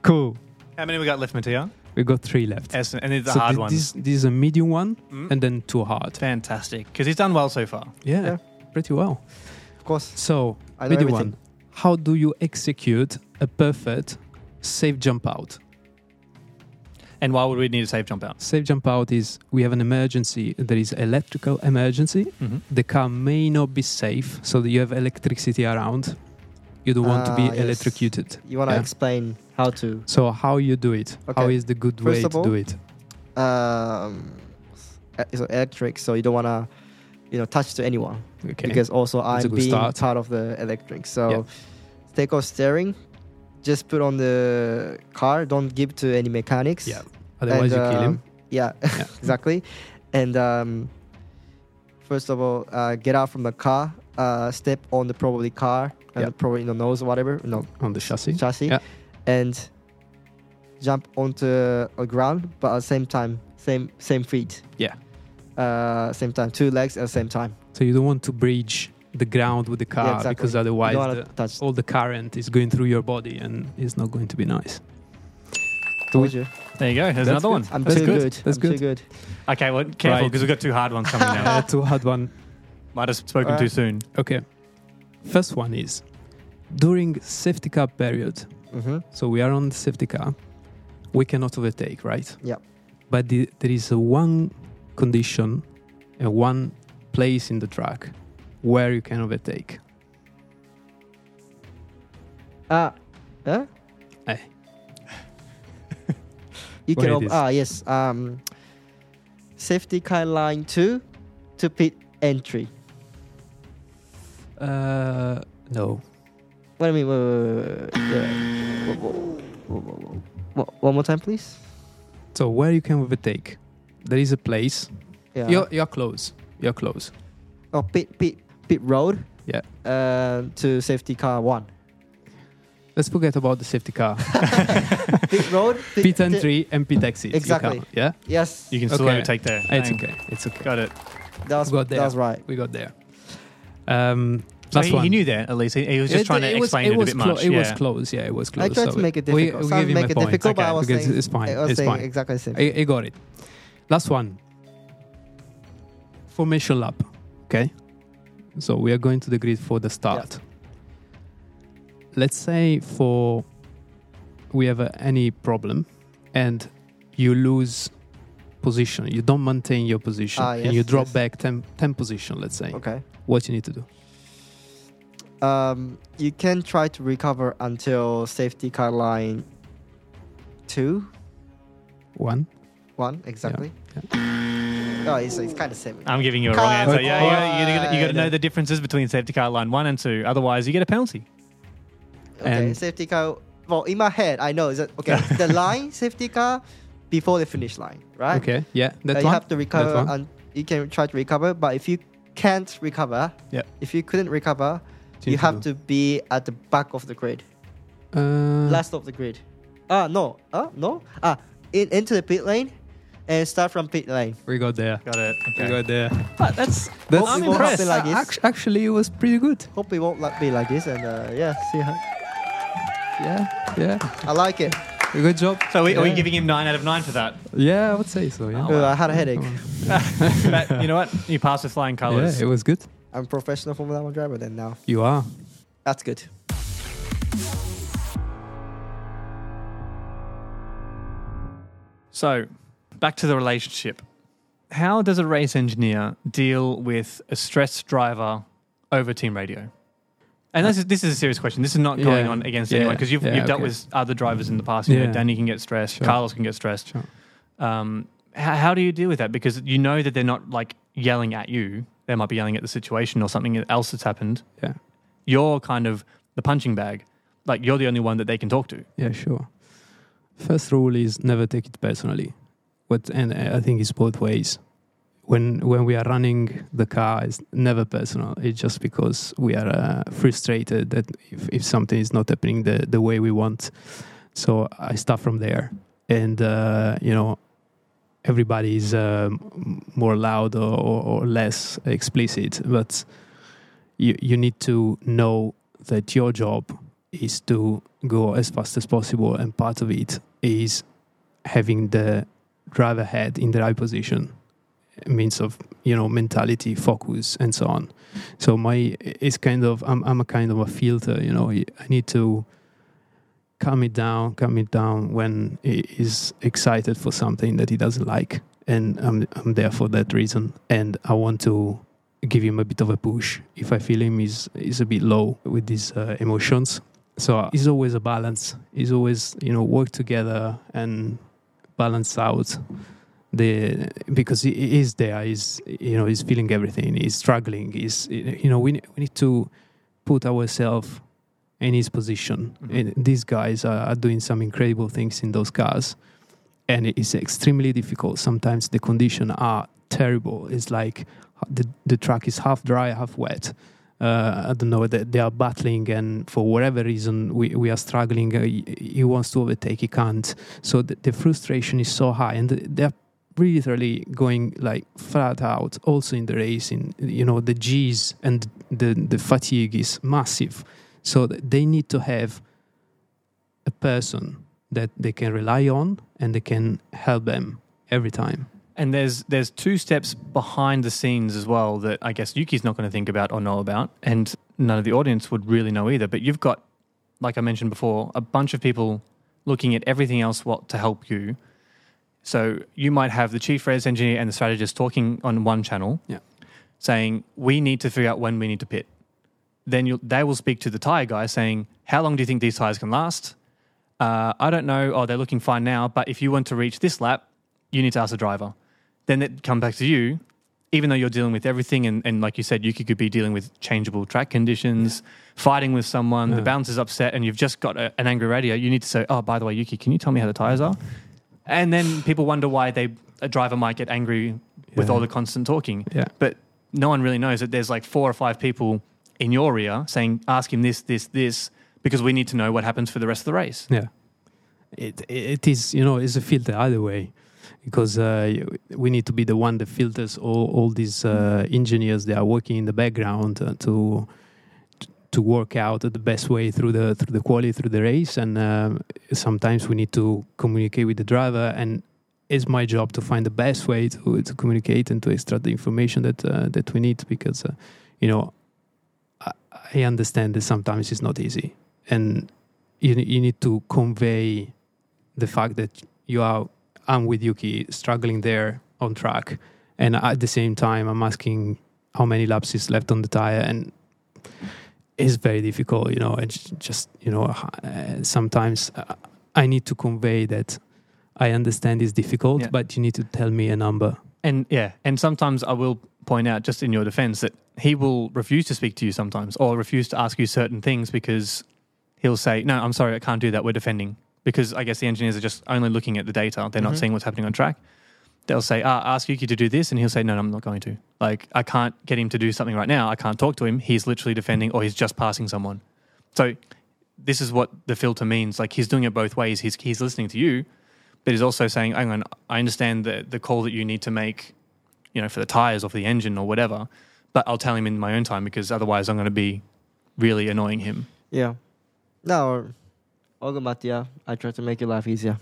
cool.
How many we got left, Mattia?
We got three left.
Yes, and it's a
So
hard
thi-
one.
This, this is a medium one
Mm.
and then two hard.
Fantastic, because he's done well so far.
Yeah,
Yeah.
pretty well.
Of course,
So
I know
medium
everything.
one. How do you execute a perfect safe jump out?
And why would we need a safe jump out?
Safe jump out is we have an emergency. There is electrical emergency.
Mhm.
The car may not be safe, so that you have electricity around. You don't want to be
Ah, yes.
electrocuted.
You want to
Yeah.
explain how to.
So how you do it? How
Okay.
is the good
First
way
of
to
all-
do it?
Um, e- it's electric, so you don't want to, you know, touch to anyone
Okay.
because also
That's a
I'm
good
being
start.
part of the electric. So
Yeah.
take off steering, just put on the car. Don't give to any mechanics.
Yeah. Otherwise
And,
you kill him.
um, Yeah, exactly. And um, first of all, uh, get out from the car. Uh, step on the probably car and
Yeah.
probably in the nose or whatever. No
on the chassis.
chassis.
Yeah.
And jump onto a ground, but at the same time, same same feet.
Yeah.
Uh, same time, two legs at the same time.
So you don't want to bridge the ground with the car
exactly.
because
You
otherwise
don't wanna
the-
touch.
all the current is going through your body and it's not going to be nice.
Told you.
There you go. There's
That's
another one.
good.
I'm
That's
too
good.
good.
That's
I'm
good.
too good.
Okay, well, careful
Right.
because we've got two hard ones coming now.
Uh, two hard one.
Might have spoken
Alright.
too soon.
Okay. First one is during safety car period.
hmm
So we are on the safety car. We cannot overtake, right?
Yep.
But the, there is a one condition and one place in the track where you can overtake.
Uh, huh?
Eh.
you can.
Where it
Op-
is.
ah, yes. Um, safety car line two to pit entry.
Uh, no.
What do you mean? Wait, wait, wait, wait, wait, wait. Yeah. Whoa, whoa, whoa, whoa, whoa, whoa. W- one more time, please.
So where you can overtake? There is a place.
Yeah.
You're you're close. You're close.
oh, pit pit pit road.
Yeah.
Uh, to safety car one.
Let's forget about the safety car.
Pit road. pit-
P ten
pit-
three and P taxi.
Exactly.
Yeah.
Yes.
You can still
Okay.
overtake there.
It's
Dang.
okay. It's okay.
Got it.
That was,
got
that
there.
was right.
We got there. Um,
So
last
he,
one.
he knew that at least. He, he was just
It-
trying to
it was-
explain it, a
was
bit
clo-
much.
It
yeah.
was close. Yeah, it was close.
I tried to
so
make it
we-
difficult.
We,
Some
gave him
make
a
it
point.
difficult, but I
Okay,
was
because
saying,
it's fine.
I was
It's
saying
fine.
exactly the same.
I, I got it. Last one. Formation lap. Okay. So we are going to the grid for the start. Let's say for we have uh, any problem and you lose position, you don't maintain your position,
Ah,
and you
yes,
drop
yes.
back 10, 10 position, let's say.
okay.
What you need to do?
Um, you can try to recover until safety car line two,
One.
one exactly. Oh, it's, it's kind of same.
I'm giving you a wrong answer. Yeah,
Come
yeah. You, you, you got to
on.
know the differences between safety car line one and two. Otherwise, you get a penalty.
Okay,
and-
safety car. Well, in my head, I know that okay. the line safety car before the finish line, right?
Okay. Yeah. That
Uh, you
one.
have to recover
one.
and you can try to recover, but if you can't recover,
Yeah.
if you couldn't recover,
Do
you
you need to
have
do?
to be at the back of the grid.
Uh,
last of the grid. Ah, no. Ah, no. Ah, in, into the pit lane and start from pit lane.
we got there.
Got it.
We
Okay.
got there.
But that's,
That's-
I'm
Well,
impressed.
something like this.
Act- actually, it was pretty good.
Hope it won't like, be like this. And uh, yeah, see how.
Yeah, yeah.
I like it.
Good job.
So we, are we
Yeah.
giving him nine out of nine for that?
Yeah, I would say so. Yeah,
Uh, I had a headache.
But you know what? You passed with flying
yeah
colours.
it was good.
I'm professional Formula One driver then now.
You are.
That's good.
so back to the relationship. How does a race engineer deal with a stressed driver over team radio? And this is, this is a serious question. This is not going
Yeah.
on against
Yeah.
anyone because you've,
Yeah,
you've dealt
okay.
with other drivers in the past. You
Yeah.
know, Danny can get stressed.
Sure.
Carlos can get stressed.
Sure.
Um, how, how do you deal with that? Because you know that they're not like yelling at you. They might be yelling at the situation or something else that's happened.
Yeah,
You're kind of the punching bag. Like you're the only one that they can talk to.
yeah, sure. First rule is never take it personally. What and uh, I think it's both ways. When when we are running the car, it's never personal. It's just because we are uh, frustrated that if, if something is not happening the the way we want. So I start from there, and uh, you know, everybody is um, more loud or, or, or less explicit, but you you need to know that your job is to go as fast as possible, and part of it is having the driver head in the right position, means of you know mentality, focus, and so on. So my it's kind of I'm I'm a kind of a filter, you know. I need to calm it down, calm it down when he is excited for something that he doesn't like, and I'm I'm there for that reason, and I want to give him a bit of a push if I feel him is is a bit low with these uh, emotions. So it's always a balance. It's always you know work together and balance out the because he- he is there. He's you know he's feeling everything. He's struggling. He's you know we ne- we need to put ourselves in his position.
Mhm.
And these guys are, are doing some incredible things in those cars, and it's extremely difficult. Sometimes the conditions are terrible. It's like the the track is half dry, half wet. Uh, I don't know that they are battling, and for whatever reason, we, we are struggling. Uh, he, he wants to overtake, he can't. So the, the frustration is so high, and they're literally going like flat out. Also in the race, in you know the G's and the the fatigue is massive. So th- they need to have a person that they can rely on and they can help them every time.
And there's there's two steps behind the scenes as well that I guess Yuki's not going to think about or know about, and none of the audience would really know either. But you've got, like I mentioned before, a bunch of people looking at everything else what to help you. So you might have the chief res engineer and the strategist talking on one channel,
Yeah.
saying we need to figure out when we need to pit. Then you'll, they will speak to the tire guy saying, how long do you think these tires can last? Uh, I don't know. Oh, they're looking fine now, but if you want to reach this lap, you need to ask the driver. Then it comes back to you, even though you're dealing with everything, and, and like you said, Yuki could be dealing with changeable track conditions, fighting with someone, the
Yeah.
bouncer's upset, and you've just got a, an angry radio, you need to say, Oh, by the way, Yuki, can you tell me how the tires are? And then people wonder why they a driver might get angry with
Yeah.
all the constant talking.
Yeah.
But no one really knows that there's like four or five people in your ear saying, Ask him this, this, this, because we need to know what happens for the rest of the race.
Yeah, it it is you know it's a filter either way, because uh, we need to be the one that filters all all these uh, engineers that are working in the background uh, to to work out the best way through the through the quality through the race, and um, sometimes we need to communicate with the driver and. It's my job to find the best way to, to communicate and to extract the information that uh, that we need because, uh, you know, I, I understand that sometimes it's not easy, and you you need to convey the fact that you are I'm with Yuki struggling there on track, and at the same time I'm asking how many laps is left on the tire, and it's very difficult, you know. It's just you know uh, sometimes uh, I need to convey that I understand it's difficult,
Yeah.
but you need to tell me a number.
And yeah, and sometimes I will point out, just in your defense, that he will refuse to speak to you sometimes or refuse to ask you certain things because he'll say, No, I'm sorry, I can't do that. We're defending. Because I guess the engineers are just only looking at the data, they're not seeing what's happening on track. They'll say, ah, ask Yuki to do this. And he'll say, no, no, I'm not going to. Like, I can't get him to do something right now. I can't talk to him. He's literally defending or he's just passing someone. So, this is what the filter means. Like, he's doing it both ways. He's, he's listening to you, but he's also saying, hang on, I understand the, the call that you need to make, you know, for the tires or for the engine or whatever, but I'll tell him in my own time because otherwise I'm going to be really annoying him.
Yeah. No, Olga Mattia, I try to make your life easier.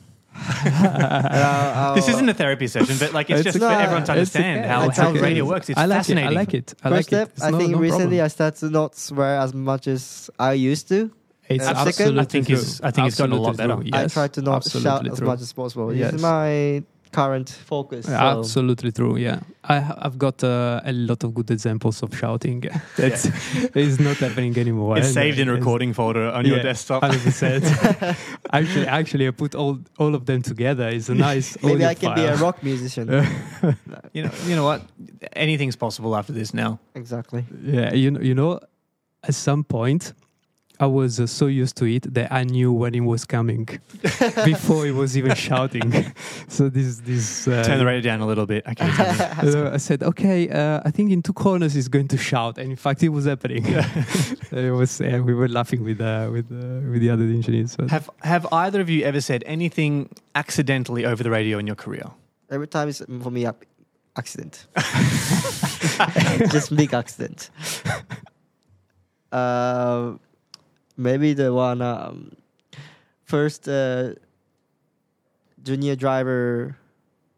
this isn't a therapy session, but like, it's,
It's
just for
okay.
everyone to
It's
understand
okay.
how,
It's
how
okay.
radio works. It's
I like
fascinating.
it. I like it. I
First
like
step,
it.
I think recently I started to not swear as much as I used to.
it's
second-
absolutely
I think
true.
it's- I think it's gotten a lot
Absolutely
better.
true.
I try to not shout
absolutely
as
true.
much as possible. This
Yes.
is my current focus.
Yeah,
so-
Absolutely true. Yeah, I, ha- I've got uh, a lot of good examples of shouting. That's it's not happening anymore.
It's
And,
saved in a
uh,
recording folder on your
yeah,
desktop.
100%. actually, actually, I put all all of them together. It's a nice.
Maybe
audio
I can be a
file.
rock musician.
You know, you know what? Anything's possible after this now.
Exactly.
Yeah, you know, you know, at some point, I was uh, so used to it that I knew when it was coming before it was even shouting. so this this uh,
Turn the radio down a little bit. Okay. tell me.
you know, I said, okay, uh, I think in two corners he's going to shout, and in fact, it was happening. it was. Uh, we were laughing with uh, with uh, with the other engineers. But
have Have either of you ever said anything accidentally over the radio in your career?
Every time it's mm, for me, a- accident. Just big accident. Um maybe the one um, first uh, junior driver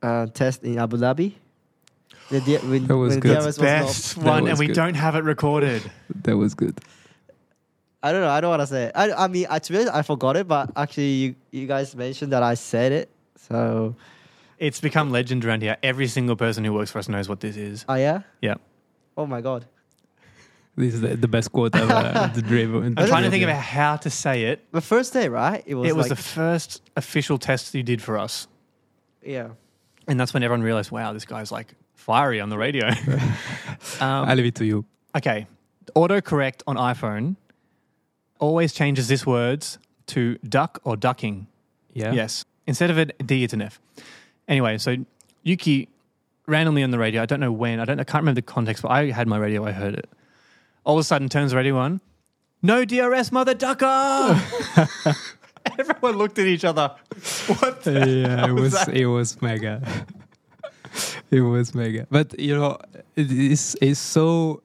uh, test in Abu Dhabi. The, D- when,
That was
when
good.
DRS was not-
Best one,
That
and
was
we
good.
don't have it recorded.
that was good.
I don't know. I don't want to say. It. I I mean, I, to be honest, I forgot it. But actually, you you guys mentioned that I said it, so
It's become legend around here. Every single person who works for us knows what this is.
oh yeah.
Yeah.
Oh my god.
This is the, the best quote ever. uh, the driver.
I'm trying to think about how to say it.
The first day, right? It was.
It was
like,
the first official test you did for us.
yeah.
And that's when everyone realized, wow, this guy's like fiery on the radio. um,
I leave it to you.
Okay. Autocorrect on iPhone always changes this words to duck or ducking.
Yeah.
Yes. Instead of a D, it's an F. Anyway, so Yuki randomly on the radio, I don't know when, I don't I can't remember the context, but I had my radio, I heard it. All of a sudden turns the radio on. No DRS mother ducker. Everyone looked at each other. What the
yeah, it was
that?
it was mega. it was mega. But you know, it is it's so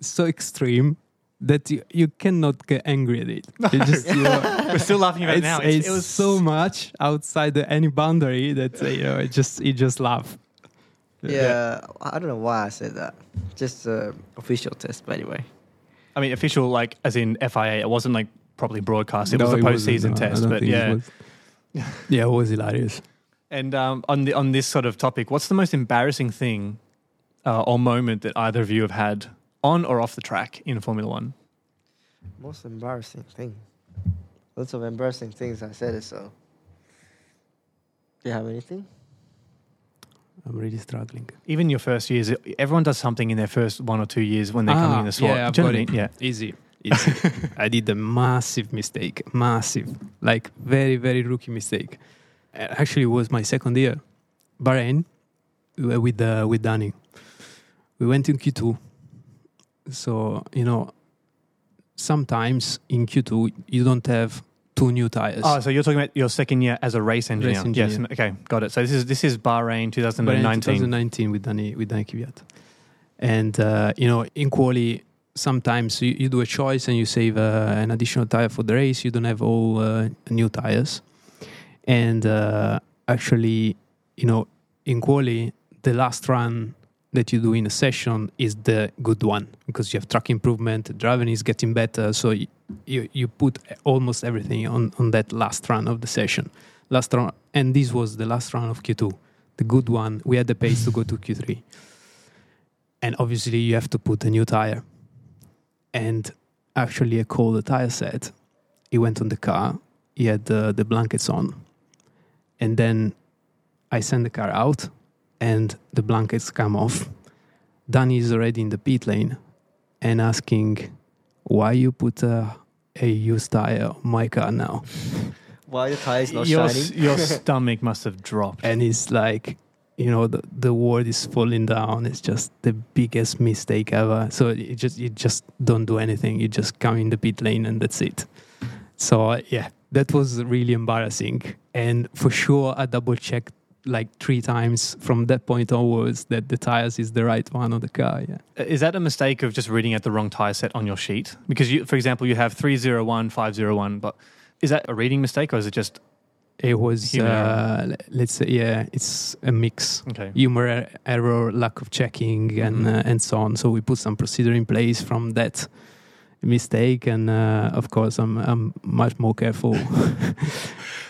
so extreme that you, you cannot get angry at it. It just, you know,
We're still laughing about it
it's,
now.
it's so much outside the, any boundary that uh, you know it just it just laugh.
yeah. I don't know why I said that. Just uh, official test, but anyway.
I mean official like as in FIA, it wasn't like properly broadcast. It was a
wasn't,
postseason
no, I
test.
don't
But
think it
yeah.
was. yeah, it was hilarious.
And um, on the on this sort of topic, what's the most embarrassing thing uh, or moment that either of you have had on or off the track in Formula One?
Most embarrassing thing. Lots of embarrassing things I said it so. Do you have anything?
I'm really struggling.
Even your first years, everyone does something in their first one or two years when they're coming
Ah,
in the SWAT.
yeah, I've
Do you know
got
what I mean? Yeah.
Easy. Easy. I did a massive mistake. Massive. Like, very, very rookie mistake. Uh, Actually, it was my second year. Bahrain we were with, uh, with Danny. We went in Q2. So, you know, sometimes in Q2, you don't have two new tires.
Oh, so you're talking about your second year as a race engineer.
Race engineer.
Yes. Okay, got it. So this is this is Bahrain
But in
2019.
2019 with Danny with Danny Kvyat. And uh, you know, in quali, sometimes you, you do a choice and you save uh, an additional tire for the race. You don't have all uh, new tires. And uh, actually, you know, in quali, the last run that you do in a session is the good one because you have track improvement, the driving is getting better, so you you, you put almost everything on on that last run of the session. Last run, and this was the last run of Q2 the good one, we had the pace to go to Q3. And obviously, you have to put a new tire. And actually, I called the tire set. He went on the car. He had the, the blankets on. And then I sent the car out, and the blankets come off. Danny is already in the pit lane and asking, Why you put a, a used tire on my car now?
Why the tire is not
your s-
shining?
your stomach must have dropped.
and it's like you know the, the world is falling down it's just the biggest mistake ever so you just you just don't do anything you just come in the pit lane and that's it so uh, yeah that was really embarrassing and for sure i double checked like three times from that point onwards that the tires is the right one on the car yeah
Is that a mistake of just reading out the wrong tire set on your sheet? Because you, for example, you have 301, 501, but is that a reading mistake or is it just
it was
Human
uh, le- let's say yeah it's a mix
okay?
humor er- error, lack of checking,
Mm-hmm.
and uh, and so on. So we put some procedure in place from that mistake, and uh, of course, I'm I'm much more careful.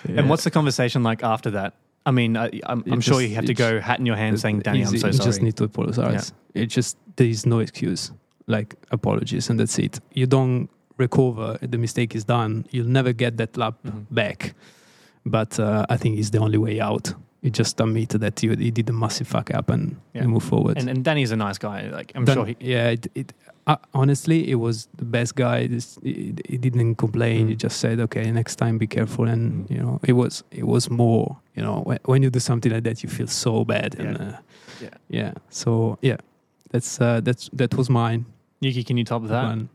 And what's the conversation like after that? I mean, I, I'm, I'm
It
sure
just-
you have to
it
go hat in your hand saying, "Danny, I'm
Easy.
so
you
sorry."
just need to apologize. It just there is no excuse, like apologies, and that's it. You don't recover. The mistake is done. You'll never get that lap
Mhm.
back. But uh, I think it's the only way out. You just admit that you, you did a massive fuck up and,
Yeah.
and move forward.
and, and Danny's a nice guy. Like I'm
Then-
sure he.
yeah, it, it, uh, honestly, it was the best guy. This, he, he didn't complain.
Mm.
He just said, "Okay, next time, be careful." And
Mm.
you know, it was it was more. You know, when, when you do something like that, you feel so bad. And
Yeah.
uh,
Yeah.
yeah. So yeah, that's uh, that's that was mine.
Yuki, can you top that?
One.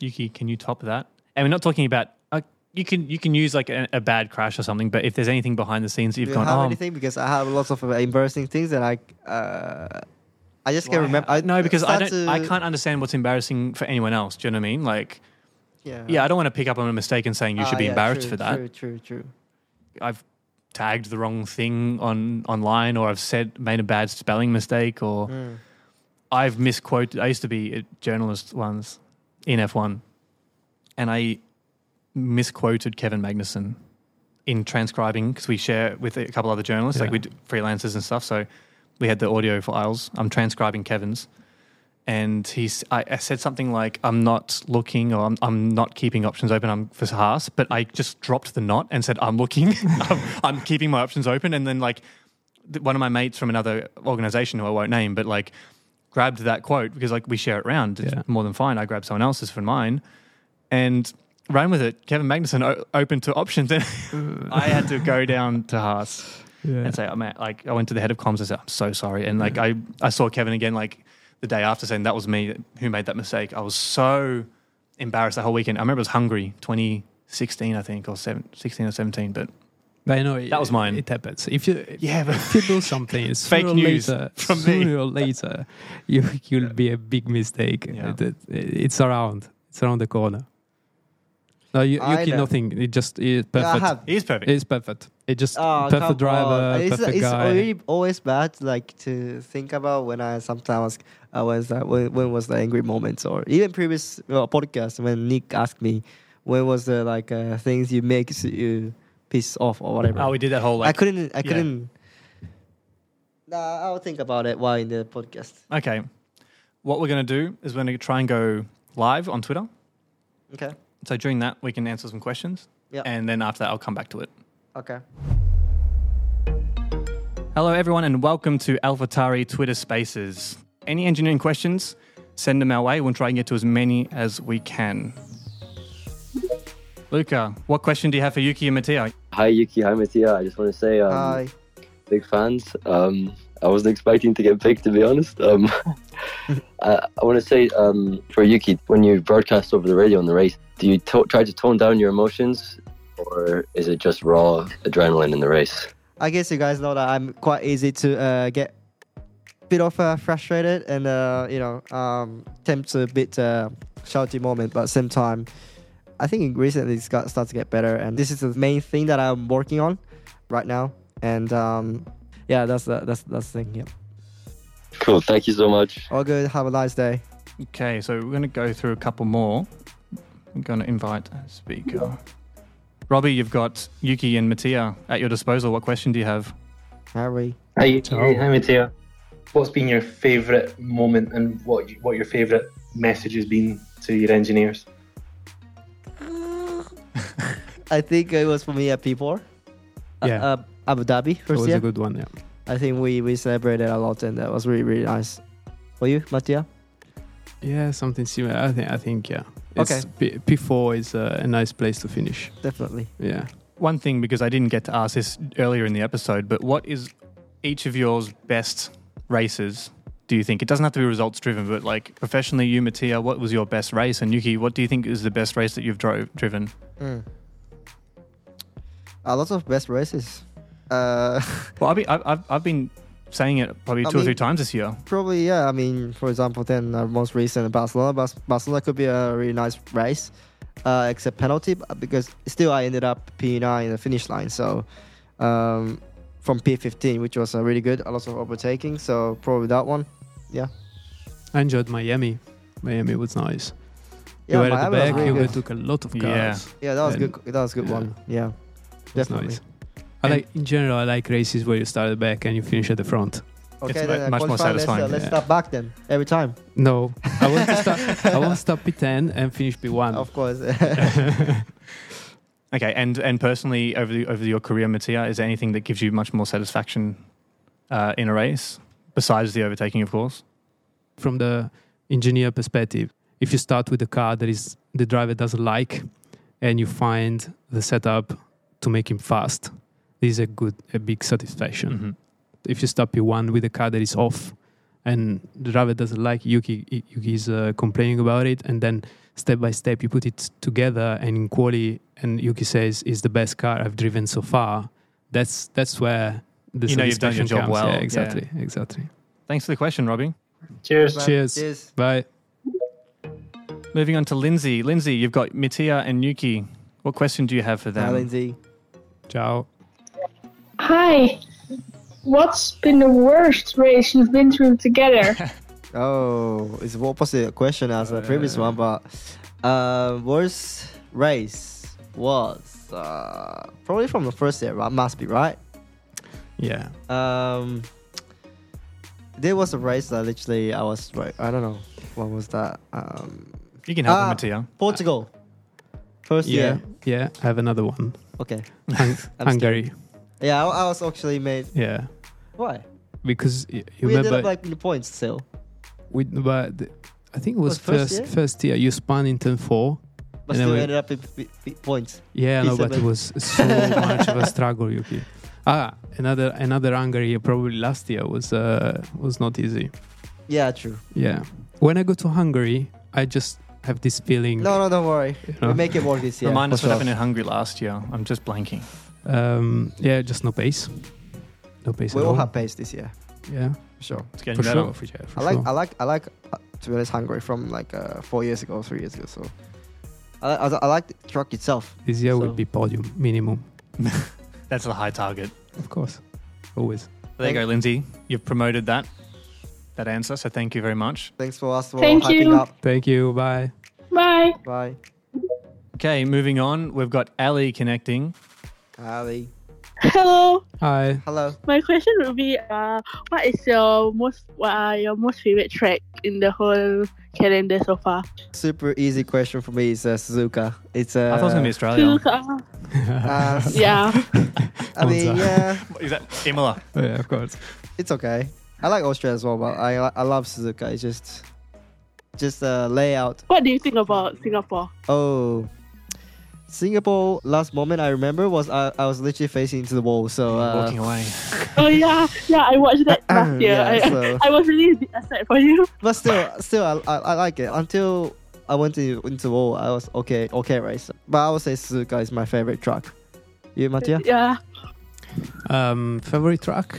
Yuki, can you top that? And we're not talking about. Uh, you can you can use like a, a bad crash or something, but if there's anything behind the scenes that
Do
you've
you
gone,
have
oh,
anything? Because I have lots of embarrassing things that I, uh, I just can't
why-
remember.
no, because I
start
don't. I
to-
can't understand what's embarrassing for anyone else. Do you know what I mean? Like,
Yeah,
yeah, I don't want to pick up on a mistake and saying you should
Ah,
be
yeah,
embarrassed
true,
for that.
True, true, true.
I've tagged the wrong thing on online, or I've said made a bad spelling mistake, or
Mm.
I've misquoted. I used to be a journalist once in F1, and I misquoted Kevin Magnuson in transcribing because we share with a couple other journalists, like
Yeah.
we do freelancers and stuff. So we had the audio files. I'm transcribing Kevin's. And he's, I, I said something like, I'm not looking or I'm, I'm not keeping options open I'm for Haas, but I just dropped the not and said, I'm looking, I'm, I'm keeping my options open. And then, like, th- one of my mates from another organization who I won't name, but like grabbed that quote because like we share it round. It's
Yeah.
more than fine. I grabbed someone else's from mine and ran with it. Kevin Magnuson o- open to options, and I had to go down to Haas
Yeah.
and say, oh, man, like I went to the head of comms and said, I'm so sorry. And like I, I saw Kevin again like the day after saying that was me who made that mistake. I was so embarrassed that whole weekend. I remember it was Hungary 2016, I think, or seven, 16 or 17, but
But I know it,
That was mine.
It happens. If you
yeah, but
if you do something, it's
Fake
sooner or
news
later,
from me.
sooner or later, you you'll be a big mistake.
Yeah.
That- it's around. It's around the corner. No, you,
I
Yuki,
know.
nothing. It just it's
Yeah, I
perfect.
have.
it is perfect.
It's perfect. It just
Oh, come
perfect driver,
on. It's,
perfect
it's
guy.
really always bad, like to think about when I sometimes I was uh, when, when was the angry moments or even previous uh, podcast when Nick asked me when was the like uh, things you make s- you piss off or whatever.
oh, we did that whole
I
like.
couldn't. I
yeah.
couldn't. Nah, I'll think about it while in the podcast.
Okay. What we're going to do is we're going to try and go live on Twitter.
Okay.
So during that, we can answer some questions.
Yeah.
And then after that, I'll come back to it.
Okay.
Hello, everyone, and welcome to AlphaTari Twitter Spaces. Any engineering questions? Send them our way. We'll try and get to as many as we can. Luca, what question do you have for Yuki and Mattia?
Hi Yuki, hi Mattia. I just want to say, um,
Hi.
big fans. Um, I wasn't expecting to get picked, to be honest. Um, I, I want to say um, for Yuki, when you broadcast over the radio in the race, do you to- try to tone down your emotions, or is it just raw adrenaline in the race?
I guess you guys know that I'm quite easy to uh, get bit of uh, frustrated and uh, you know um, tempt to a bit uh, shouty moment, but same time, I think recently it's got starts to get better, and this is the main thing that I'm working on right now. And um, yeah, that's the that's that's the thing. Yeah.
Cool. Thank you so much.
All good. Have a nice day.
Okay, so we're going to go through a couple more. I'm going to invite a speaker. Robbie, you've got Yuki and Mattia at your disposal. What question do you have?
Harry.
Hi, Yuki. Hi, Mattia. What's been your favourite moment and what you, what your favourite message has been to your engineers?
I think it was for me at P4. uh,
Yeah.
Uh, Abu Dhabi
That
first
was a
year.
good one. Yeah.
I think we we celebrated a lot, and that was really really nice. For you, Mattia.
Yeah, something similar. I think. I think. Yeah. It's-
Okay.
P- P4 is a, a nice place to finish.
Definitely.
Yeah.
One thing, because I didn't get to ask this earlier in the episode, but what is each of yours best races? Do you think it doesn't have to be results driven, but like professionally, you Mattia, what was your best race, and Yuki, what do you think is the best race that you've drove driven?
Mm. A lot of best races. Uh,
Well, I've been, I've, I've, I've been saying it probably
I
two or
mean-
three times this year.
probably yeah. I mean, for example, then uh, most recent Barcelona. Bas- Barcelona could be a really nice race, uh, except penalty b- because still I ended up P9 in the finish line. So um, from P15, which was uh, really good, a lot of overtaking. So probably that one.
I enjoyed Miami. Miami was nice.
Yeah, Miami
you were
was
at the back.
really
You
good.
took a lot of cars.
Yeah.
Yeah, that was
and-
good. That was a good
yeah.
one. Yeah,
That's
definitely.
nice. I like in general. I like races where you start at the back and you finish at the front.
Okay,
It's
then
mu-
uh,
much more
qualify,
satisfying,
Let's, uh, let's
yeah.
start back then every time.
No, I want to start. I want to start P10 and finish P1.
Of course.
Okay, and and personally, over the, over your career, Mattia, is there anything that gives you much more satisfaction uh, in a race besides the overtaking, of course?
from the engineer perspective, if you start with a car that is the driver doesn't like, and you find the setup to make him fast, this is a good, a big satisfaction.
Mm-hmm.
If you start P1 with a car that is off, and the driver doesn't like Yuki, Yuki is uh, complaining about it, and then step by step you put it together, and in quali, and Yuki says is the best car I've driven so far. That's that's where the
You know you've done your
satisfaction
job
comes.
well,
Yeah,
yeah.
exactly, exactly.
Thanks for the question, Robbie.
Cheers.
Cheers.
Cheers.
Bye.
Moving on to Lindsay. Lindsay, you've got Mattia and Yuki. What question do you have for
Hi,
them?
Lindsay.
Ciao.
Hi. What's been the worst race you've been through together?
Oh, it's the opposite question as
Oh,
the previous one, but uh, worst race was uh, probably from the first year, right? Must be right.
Yeah.
Um, there was a race that literally I was right. I don't know what was that. Um,
You can help them,
Ah,
Mattia.
Portugal. First
Yeah,
year.
yeah. I have another one.
Okay.
Hung-
I'm
Hungary.
Yeah, I, I was actually made.
Yeah,
Why?
because y- you
We ended
remember
up like in the points still.
we, but the- I think it was,
Was first
first
year?
first year you spun in turn four.
But
And then
still
we-
ended up with with- with points.
Yeah, no,
Piece of
but it
it.
was so much of a struggle, Yuki. Ah, another another Hungary probably last year was uh, was not easy.
Yeah, true.
Yeah, when I go to Hungary, I just have this feeling.
No, no, don't worry.
you
We
know,
make it work this year.
Remind us
for
what
sure.
happened in Hungary last year. I'm just blanking.
um, yeah, just no pace, no pace
We
at
all
all.
have pace this year.
yeah,
For sure.
It's getting
for
better.
sure. For, yeah, for
I like,
sure.
I like, I like. Uh, to be honest, Hungary from like uh, four years ago, three years ago. So I, I, I like the truck itself.
this year
so-
will be podium minimum,
That's the high target.
of course, always.
There you go, Lindsay. You've promoted that that answer, so thank you very much.
Thanks for us for
Thank
hyping
you.
up.
Thank you. Bye.
Bye.
Bye,
Okay, moving on. We've got Ali connecting.
Ali.
Hello.
Hi.
Hello.
My question would be, uh, what is your most, uh, your most favorite track in the whole calendar so far?
Super easy question for me is uh, Suzuka. It's uh,
I thought it was gonna be Australia.
Suzuka.
Uh,
Yeah.
I mean,
Monza.
yeah,
Is that Imola?
Yeah, of course.
it's okay. I like Austria as well, but I I love Suzuka. It's just just uh, layout
What do you think about Singapore?
Oh, Singapore. Last moment I remember was I, I was literally facing into the wall. So uh,
Walking away.
Oh yeah, yeah. I watched that last year.
Yeah,
I,
so-
I was really upset for you.
but still, still I, I, I like it. Until I went to, into the wall, I was okay, okay, right. So- but I would say Suzuka is my favorite truck. You, Mattia?
Yeah.
Um, favorite track?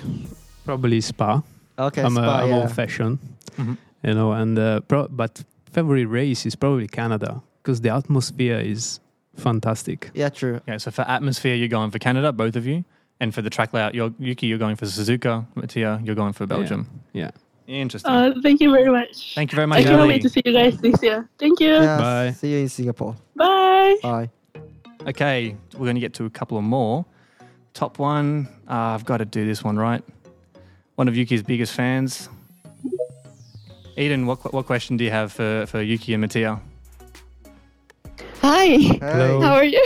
Probably Spa.
Okay,
I'm,
Spa,
a, I'm
yeah.
old fashioned,
Mhm.
you know. And uh, pro- but favorite race is probably Canada because the atmosphere is fantastic.
yeah, true.
Yeah, so for atmosphere, you're going for Canada, both of you. And for the track layout, you're, Yuki, you're going for Suzuka. Mattia, you're going for Belgium.
Yeah.
Interesting.
Uh, thank you very much.
Thank you very
I
much,
can't
Ellie.
wait to see you guys this year. Thank you.
Yeah,
Bye.
See you in Singapore.
Bye.
Bye.
Okay, we're going to get to a couple of more. Top one, uh, I've got to do this one right. One of Yuki's biggest fans. Eden, what, what question do you have for, for Yuki and Mattia?
Hi.
Hello.
How are you?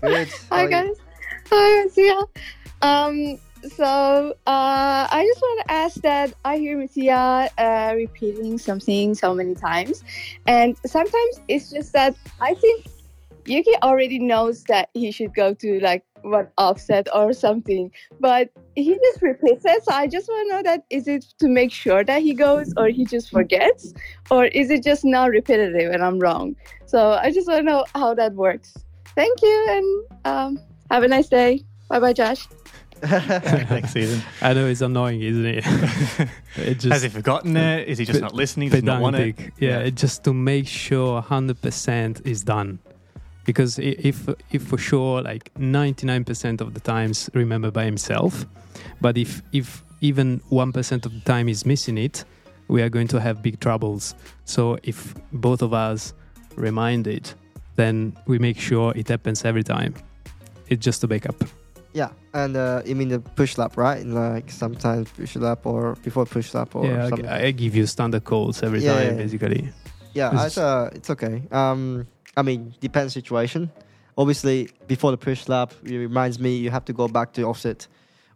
Good. How are
Hi
you?
guys. Hi, Mattia. Um, so uh, I just want to ask that I hear Mattia uh, repeating something so many times, and sometimes it's just that I think Yuki already knows that he should go to like one offset or something, but he just repeats it. So I just want to know that is it to make sure that he goes, or he just forgets, or is it just not repetitive and I'm wrong? So I just want to know how that works. Thank you, and um, have a nice day. Bye, bye, Josh.
Thanks, Eden.
I know it's annoying, isn't it? it just
Has he forgotten it? Is he just
pe-
not listening? Does he not want it?
pedantic. Yeah, it- just to make sure 100% is done. Because i- if if for sure like 99% of the times remember by himself, but if if even 1% of the time is missing it, we are going to have big troubles. So if both of us remind it, then we make sure it happens every time. It's just a backup.
Yeah, and uh, you mean the push lap, right? Like sometimes push lap or before push lap or
yeah, I g-
something.
I, give you standard calls every
Yeah,
time
yeah.
basically.
Yeah,
It's-
it's, uh, it's okay. Um, I mean, depends situation. Obviously, before the push lap, it reminds me you have to go back to offset,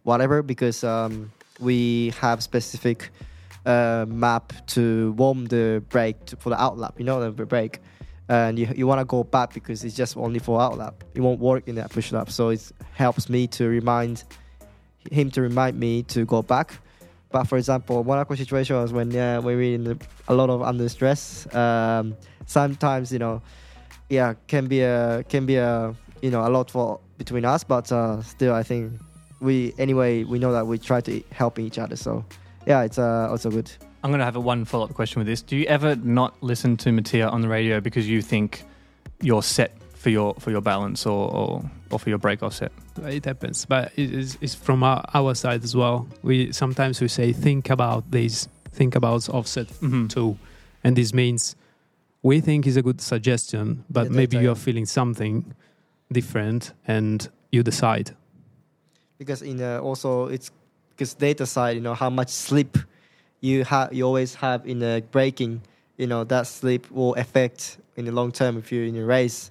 whatever, because um, we have specific uh, map to warm the brake to, for the out lap. You know the brake, and you you want to go back because it's just only for out lap. It won't work in that push lap, so it helps me to remind him to remind me to go back. But for example, one awkward situation was when uh, when we're in a lot of under stress. Um, sometimes you know, yeah, can be a can be a you know a lot for between us. But uh, still, I think we anyway we know that we try to help each other. So yeah, it's uh, also good.
I'm going to have a one follow up question with this. Do you ever not listen to Mattia on the radio because you think you're set for your for your balance or or, or for your break offset?
it happens but it is, it's from our, our side as well we sometimes we say think about this think about offset
Mhm.
too and this means we think is a good suggestion but
Yeah, that's
maybe
right.
you're feeling something different and you decide
because in uh, also it's because data side you know how much sleep you have you always have in the braking you know that sleep will affect in the long term if you're in a race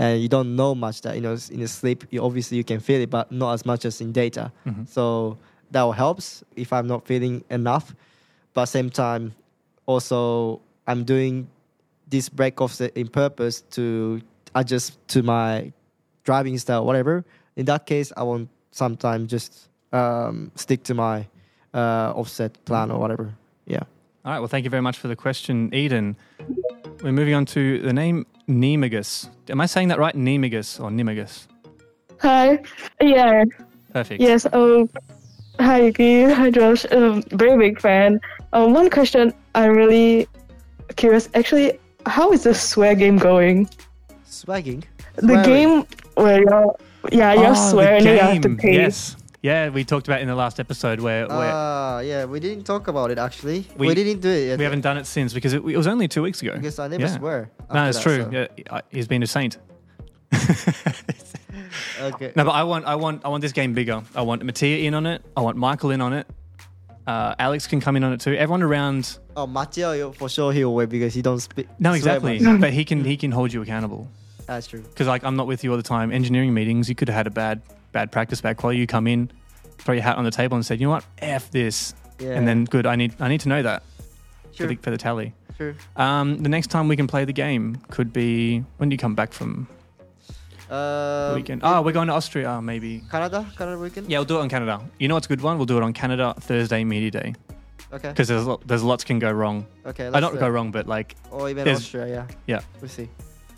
and you don't know much that you know in the sleep you obviously you can feel it but not as much as in data so that will helps if i'm not feeling enough but same time also i'm doing this break off in purpose to adjust to my driving style, whatever. In that case, I won't sometimes just um, stick to my uh, offset plan or whatever. Yeah.
All right. Well, thank you very much for the question, Eden. We're moving on to the name Nemagus. Am I saying that right? Nemagus or Nemagus?
Hi. Yeah.
Perfect.
Yes. Um. Hi, Yuki. Hi, Josh. Um, very big fan. Um, one question I'm really curious. Actually, how is the swear game going?
Swagging.
The
Swearing.
game where you're, yeah, you're
Oh, the
swearing and you have to
game.
pay.
Yes. Yeah, we talked about it in the last episode where, where
Ah, yeah. We didn't talk about it actually. We,
We-
didn't do it yet.
we haven't done it since because it, it was only two weeks ago.
because I never
Yeah.
swear.
No,
after
it's
that,
true.
so-
Yeah, I- he's been a saint.
okay.
No, but I want, I want, I want this game bigger. I want Mattia in on it. I want Michael in on it. Uh, Alex can come in on it too. Everyone around.
Oh, Mattia, you- for sure he will wait because he don't speak.
No,
swear
exactly.
much.
but he can, he can hold you accountable.
That's true.
Because like I'm not with you all the time. Engineering meetings, you could have had a bad, bad practice bad quality. You come in, throw your hat on the table, and said, you know what, f this.
Yeah.
And then good, I need, I need to know that
Sure.
for, the, for the tally.
Sure.
Um, the next time we can play the game could be when do you come back from
Uh,
the weekend? Oh, we're going to Austria, maybe.
Canada, Canada weekend.
Yeah, we'll do it on Canada. You know what's a good one? We'll do it on Canada Thursday Media Day.
Okay.
Because there's lo- there's lots can go wrong.
Okay,
Uh,
let's
not
do
go
it.
wrong, but like.
Or even
there's-
Austria, yeah.
Yeah.
We'll see.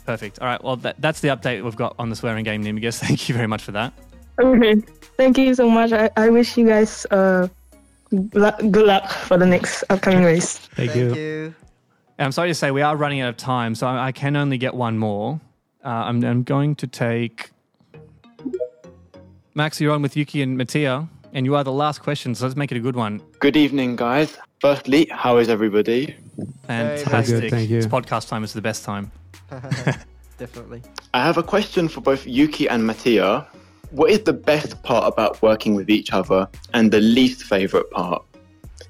Perfect. All right. Well, that, that's the update we've got on the swearing game, Nimigus. Thank you very much for that.
Okay. Thank you so much. I, I wish you guys uh, lu- good luck for the next upcoming race.
Thank, you. And I'm sorry to say we are running out of time, so I, I can only get one more. Uh, I'm, I'm going to take Max. You're on with Yuki and Mattia, and you are the last question, so let's make it a good one.
Good evening, guys. Firstly, how is everybody?
Fantastic.
thank you.
It's podcast time. It's the best time.
Definitely.
I have a question for both Yuki and Mattia. What is the best part about working with each other and the least favorite part?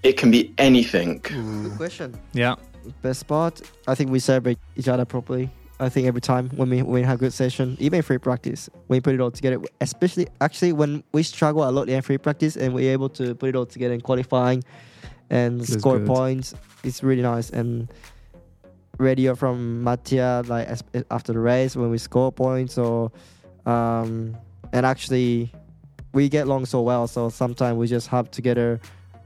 It can be anything.
Good question.
Yeah.
Best part, I think we celebrate each other properly. I think every time when we when we have good session, even if free practice, when we put it all together, especially actually when we struggle a lot in free practice and we're able to put it all together in qualifying and
That's
score
good.
points, it's really nice. And radio from Mattia like as, after the race when we score points or um and actually we get along so well so sometimes we just have together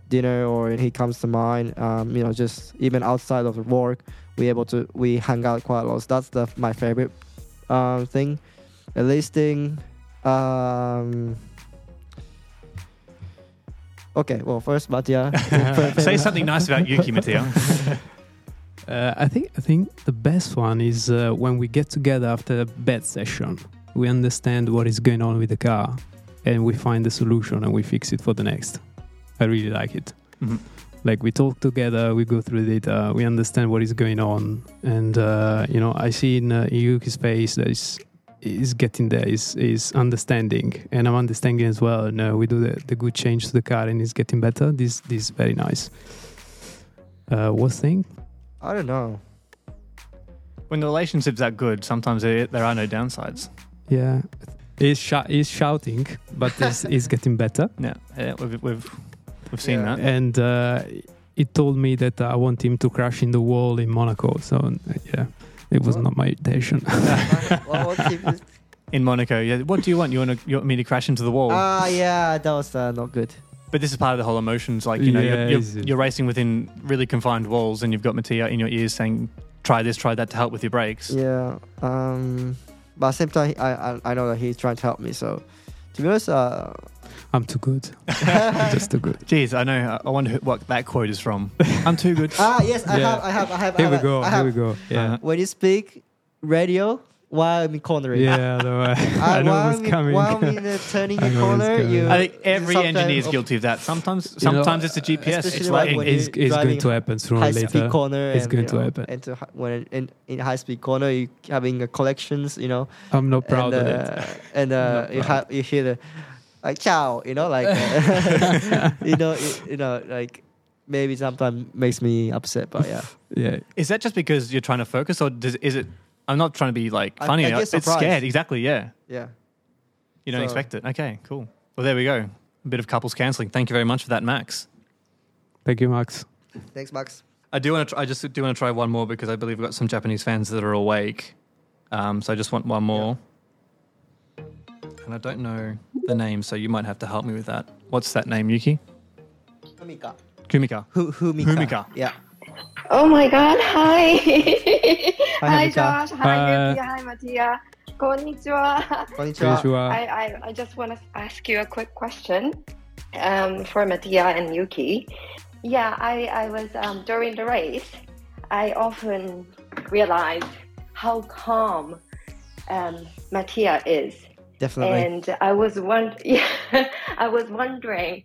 dinner or he comes to mine um you know just even outside of work we able to we hang out quite a lot so that's the my favorite um thing the least thing um okay well first mattia
Say something nice about Yuki, Mattia.
Uh, I think I think the best one is uh, when we get together after a bad session. We understand what is going on with the car, and we find the solution and we fix it for the next. I really like it.
Mhm.
Like we talk together, we go through the data, we understand what is going on, and uh, you know I see in uh, Yuki's face that is is getting there, is is understanding, and I'm understanding as well. And uh, we do the, the good change to the car, and it's getting better. This this is very nice. Uh, what thing?
i don't know
When the relationship's that good, sometimes there, there are no downsides.
Yeah, he's, sh- he's shouting, but he's, he's getting better.
Yeah, yeah we've, we've, we've seen that.
And uh, he told me that I want him to crash in the wall in Monaco. So uh, yeah, it was not my intention.
In Monaco, yeah. What do you want? You want, to, you want me to crash into the
Oh.
wall?
ah yeah that was uh, not good
But this is part of the whole emotions. Like, you know,
Yeah,
you're, you're,
is it?
you're racing within really confined walls and you've got Mattia in your ears saying, try this, try that to help with your brakes.
Yeah. Um, but at the same time, I, I I know that he's trying to help me. So, to be honest, uh,
I'm too good. Just too good.
Jeez, I know. I wonder who, what that quote is from. I'm too good.
ah yes, I
Yeah.
have, I have, I have. I
Here we
have-
go.
I
Here
have.
we go. Uh-huh. Yeah.
When you speak radio, while I'm in cornering.
Yeah, no, I,
Uh,
I know
while
it
I'm
was
in-
coming.
While I'm in, uh, turning
I
your
know it's
corner,
coming.
you.
I think every
sometimes-
engineer is
oh,
guilty of that. Sometimes,
You know,
sometimes it's the GPS.
especially
It's
like
like,
when you're
it's- it's going
driving
to happen sooner or
high Speed
later.
corner
It's
and,
going
you
to
know,
happen.
And to, hi- when in, in high speed corner, you having a collections, you know.
I'm not proud
and,
of
uh,
it.
And uh, you have you hear the like ciao, you know, like uh, you know, you, you know, like maybe sometimes makes me upset, but yeah.
Yeah.
Is that just because you're trying to focus, or does, is it? I'm not trying to be like
I-
funny.
I get
it's
surprised.
scared. Exactly. Yeah.
Yeah.
You don't
So-
expect it. Okay. Cool. Well, there we go. A bit of couples cancelling. Thank you very much for that, Max.
Thank you, Max.
Thanks, Max.
I do want to. Try, I just do want to try one more because I believe we've got some Japanese fans that are awake. Um, so I just want one more. And I don't know the name, so you might have to help me with that. What's that name, Yuki?
Kumika.
Kumika.
Who, Humika.
Humika.
Yeah.
Oh my god, hi! hi,
Hanukkah.
Josh. Hi,
Uh,
Hi.
Yuki. Hi, Mattia. Konnichiwa.
Konnichiwa. Konnichiwa.
I, I, I just want to ask you a quick question um, for Mattia and Yuki. Yeah, I, I was um, during the race, I often realized how calm um, Mattia is.
Definitely.
And I was won- I was wondering,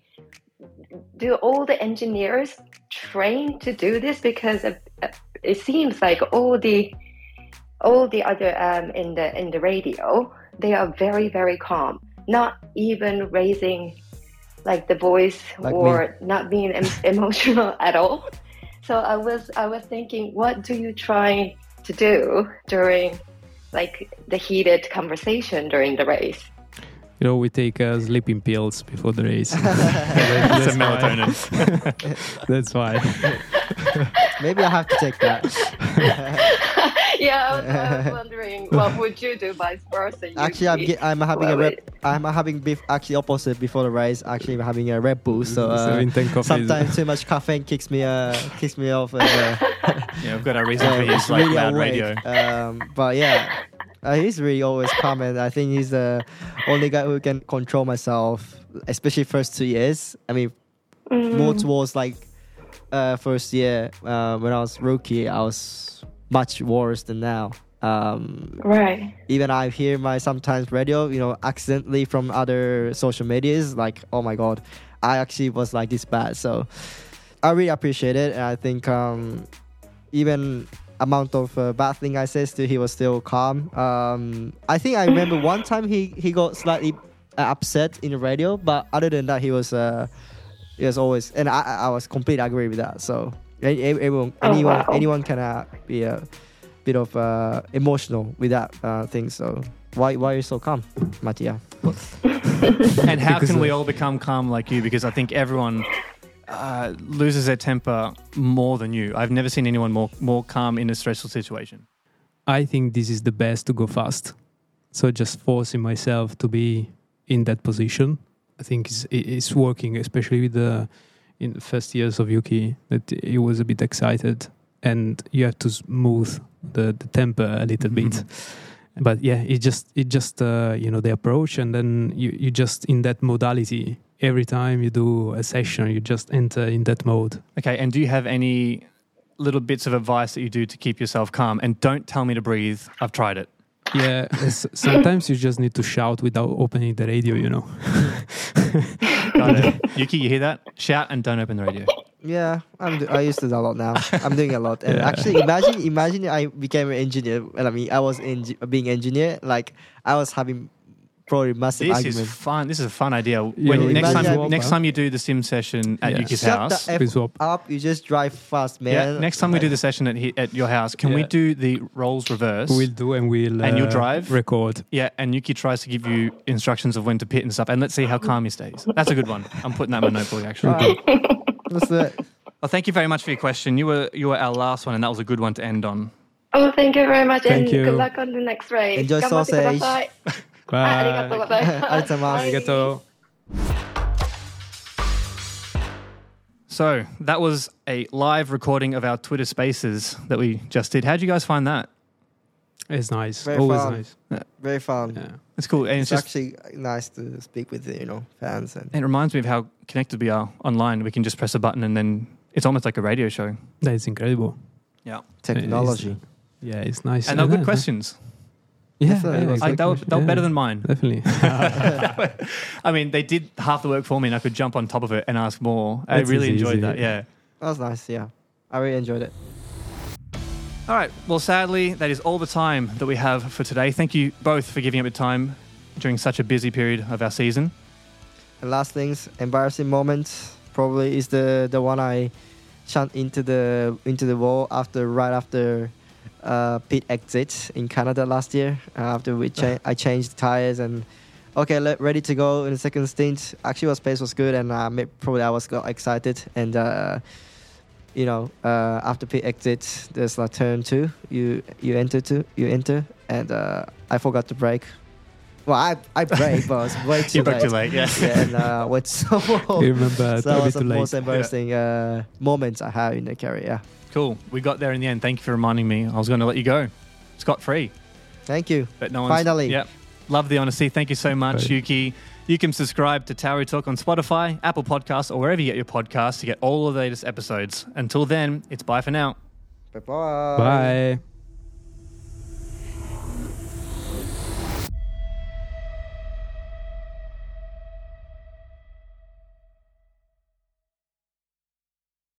do all the engineers train to do this? Because uh, uh, it seems like all the all the other um, in the in the radio,
they are very, very calm, not even raising like the voice
Like
or not being em- emotional at all. So I was I was thinking, what do you try to do during like the heated conversation during the race?
You know, we take uh, sleeping pills before the race.
Some
why.
melatonin.
That's why.
Maybe I have to take that.
yeah, I was, I was wondering, what would you do vice versa? You
actually, I'm
be-
ge- I'm having
well,
a rep. I'm having beef. Actually, opposite before the race. Actually, I'm having a Red Bull. So
So
uh,
intake coffee is-
sometimes too much caffeine kicks me uh kicks me off. And, uh,
Yeah, I've got a reason for
uh,
his
it's
like
really
loud
awake.
radio.
Um, but yeah, uh, he's really always calm, and I think he's the only guy who can control myself, especially first two years. I mean, more
Mm.
towards like uh, first year uh, when I was rookie, I was much worse than now. Um,
Right.
Even I hear my sometimes radio, you know, accidentally from other social medias. Like, oh my god, I actually was like this bad. So I really appreciate it, and I think um, even amount of uh, bad thing I said, still he was still calm. Um, I think I remember one time he he got slightly uh, upset in the radio, but other than that, he was uh, he was always and I I I was completely agree with that. So a- a- everyone
Oh,
anyone
wow.
anyone can uh, be a bit of uh, emotional with that uh, thing. So why why are you so calm, Mattia?
and how
Because
can we
of-
all become calm like you? Because I think everyone uh, loses their temper more than you. I've never seen anyone more more calm in a stressful situation.
I think this is the best to go fast. So just forcing myself to be in that position, I think it's, it- it's working, especially with the in the first years of Yuki that he was a bit excited, and you have to smooth the, the temper a little bit. But yeah, it just it just uh, you know the approach, and then you you just in that modality every time you do a session, you just enter in that mode.
Okay, and do you have any little bits of advice that you do to keep yourself calm? And don't tell me to breathe. I've tried it.
Yeah, s- sometimes you just need to shout without opening the radio, you know.
Got it. Yuki, you hear that? Shout and don't open the radio.
Yeah, I'm do- I used to do a lot now. I'm doing a lot. And
Yeah.
actually, imagine imagine I became an engineer. Well, I mean, I was engi- being engineer. Like I was having probably massive
This
argument.
is fun. This is a fun idea.
Yeah,
When,
we
next
can
time,
swap,
next
huh?
time you do the sim session at Yuki's
Shut
house,
the F up. You just drive fast, man.
Yeah, next time we do the session at, he, at your house, can we
Yeah.
do the roles reverse?
We'll do and we'll
and you'll
uh,
drive
record.
Yeah, and Yuki tries to give you instructions of when to pit and stuff, and let's see how calm he stays. That's a good one. I'm putting that in my notebook actually.
Let's do it.
Well, thank you very much for your question. You were you were our last one, and that was a good one to end on.
Oh, thank you very much,
Thank
and
you.
good luck on the next race.
Enjoy
Gambatte
sausage.
kudasai. Arigatou
Bye.
gozaimasu.
So that was a live recording of our Twitter Spaces that we just did. How would you guys find that?
It's nice.
Very
Always
fun.
nice.
Very fun.
It's cool. And
it's
it's just-
actually nice to speak with you know fans and
It reminds me of how connected we are online. We can just press a button, and then it's almost like a radio show.
That is incredible.
Yeah.
technology.
Yeah, it's nice.
and they're good
Yeah.
questions.
Yeah,
Definitely.
yeah,
I-
exactly.
they were, they were
Yeah,
better than mine.
Definitely.
I mean, they did half the work for me, and I could jump on top of it and ask more. I
That's
really
easy,
enjoyed
easy.
that. Yeah.
That was nice. Yeah, I really enjoyed it.
All right. Well, sadly, that is all the time that we have for today. Thank you both for giving up your time during such a busy period of our season.
And last things, embarrassing moments probably is the the one I shunt into the into the wall after right after uh, pit exit in Canada last year. Uh, after we cha- I changed tires and okay, le- ready to go in the second stint. Actually, was pace was good and uh, ma- probably I was got excited and. Uh, you know, uh, after pit exit, there's like turn two. You you enter to you enter, and uh, I forgot to brake. Well, I I brake, but it's way too
You
late.
brake too late, yeah.
and uh, went so.
You remember,
uh,
so
a
that
bit
was
too
the
late.
most
Yeah.
embarrassing uh, moments I had in the career.
Cool. We got there in the end. Thank you for reminding me. I was going to let you go scot free.
Thank you.
But no one's,
Finally.
Yep. Love the honesty. Thank you so much, Yuki. You can subscribe to Tauri Talk on Spotify, Apple Podcasts, or wherever you get your podcasts to get all of the latest episodes. Until then, it's bye for now.
Bye bye.
Bye.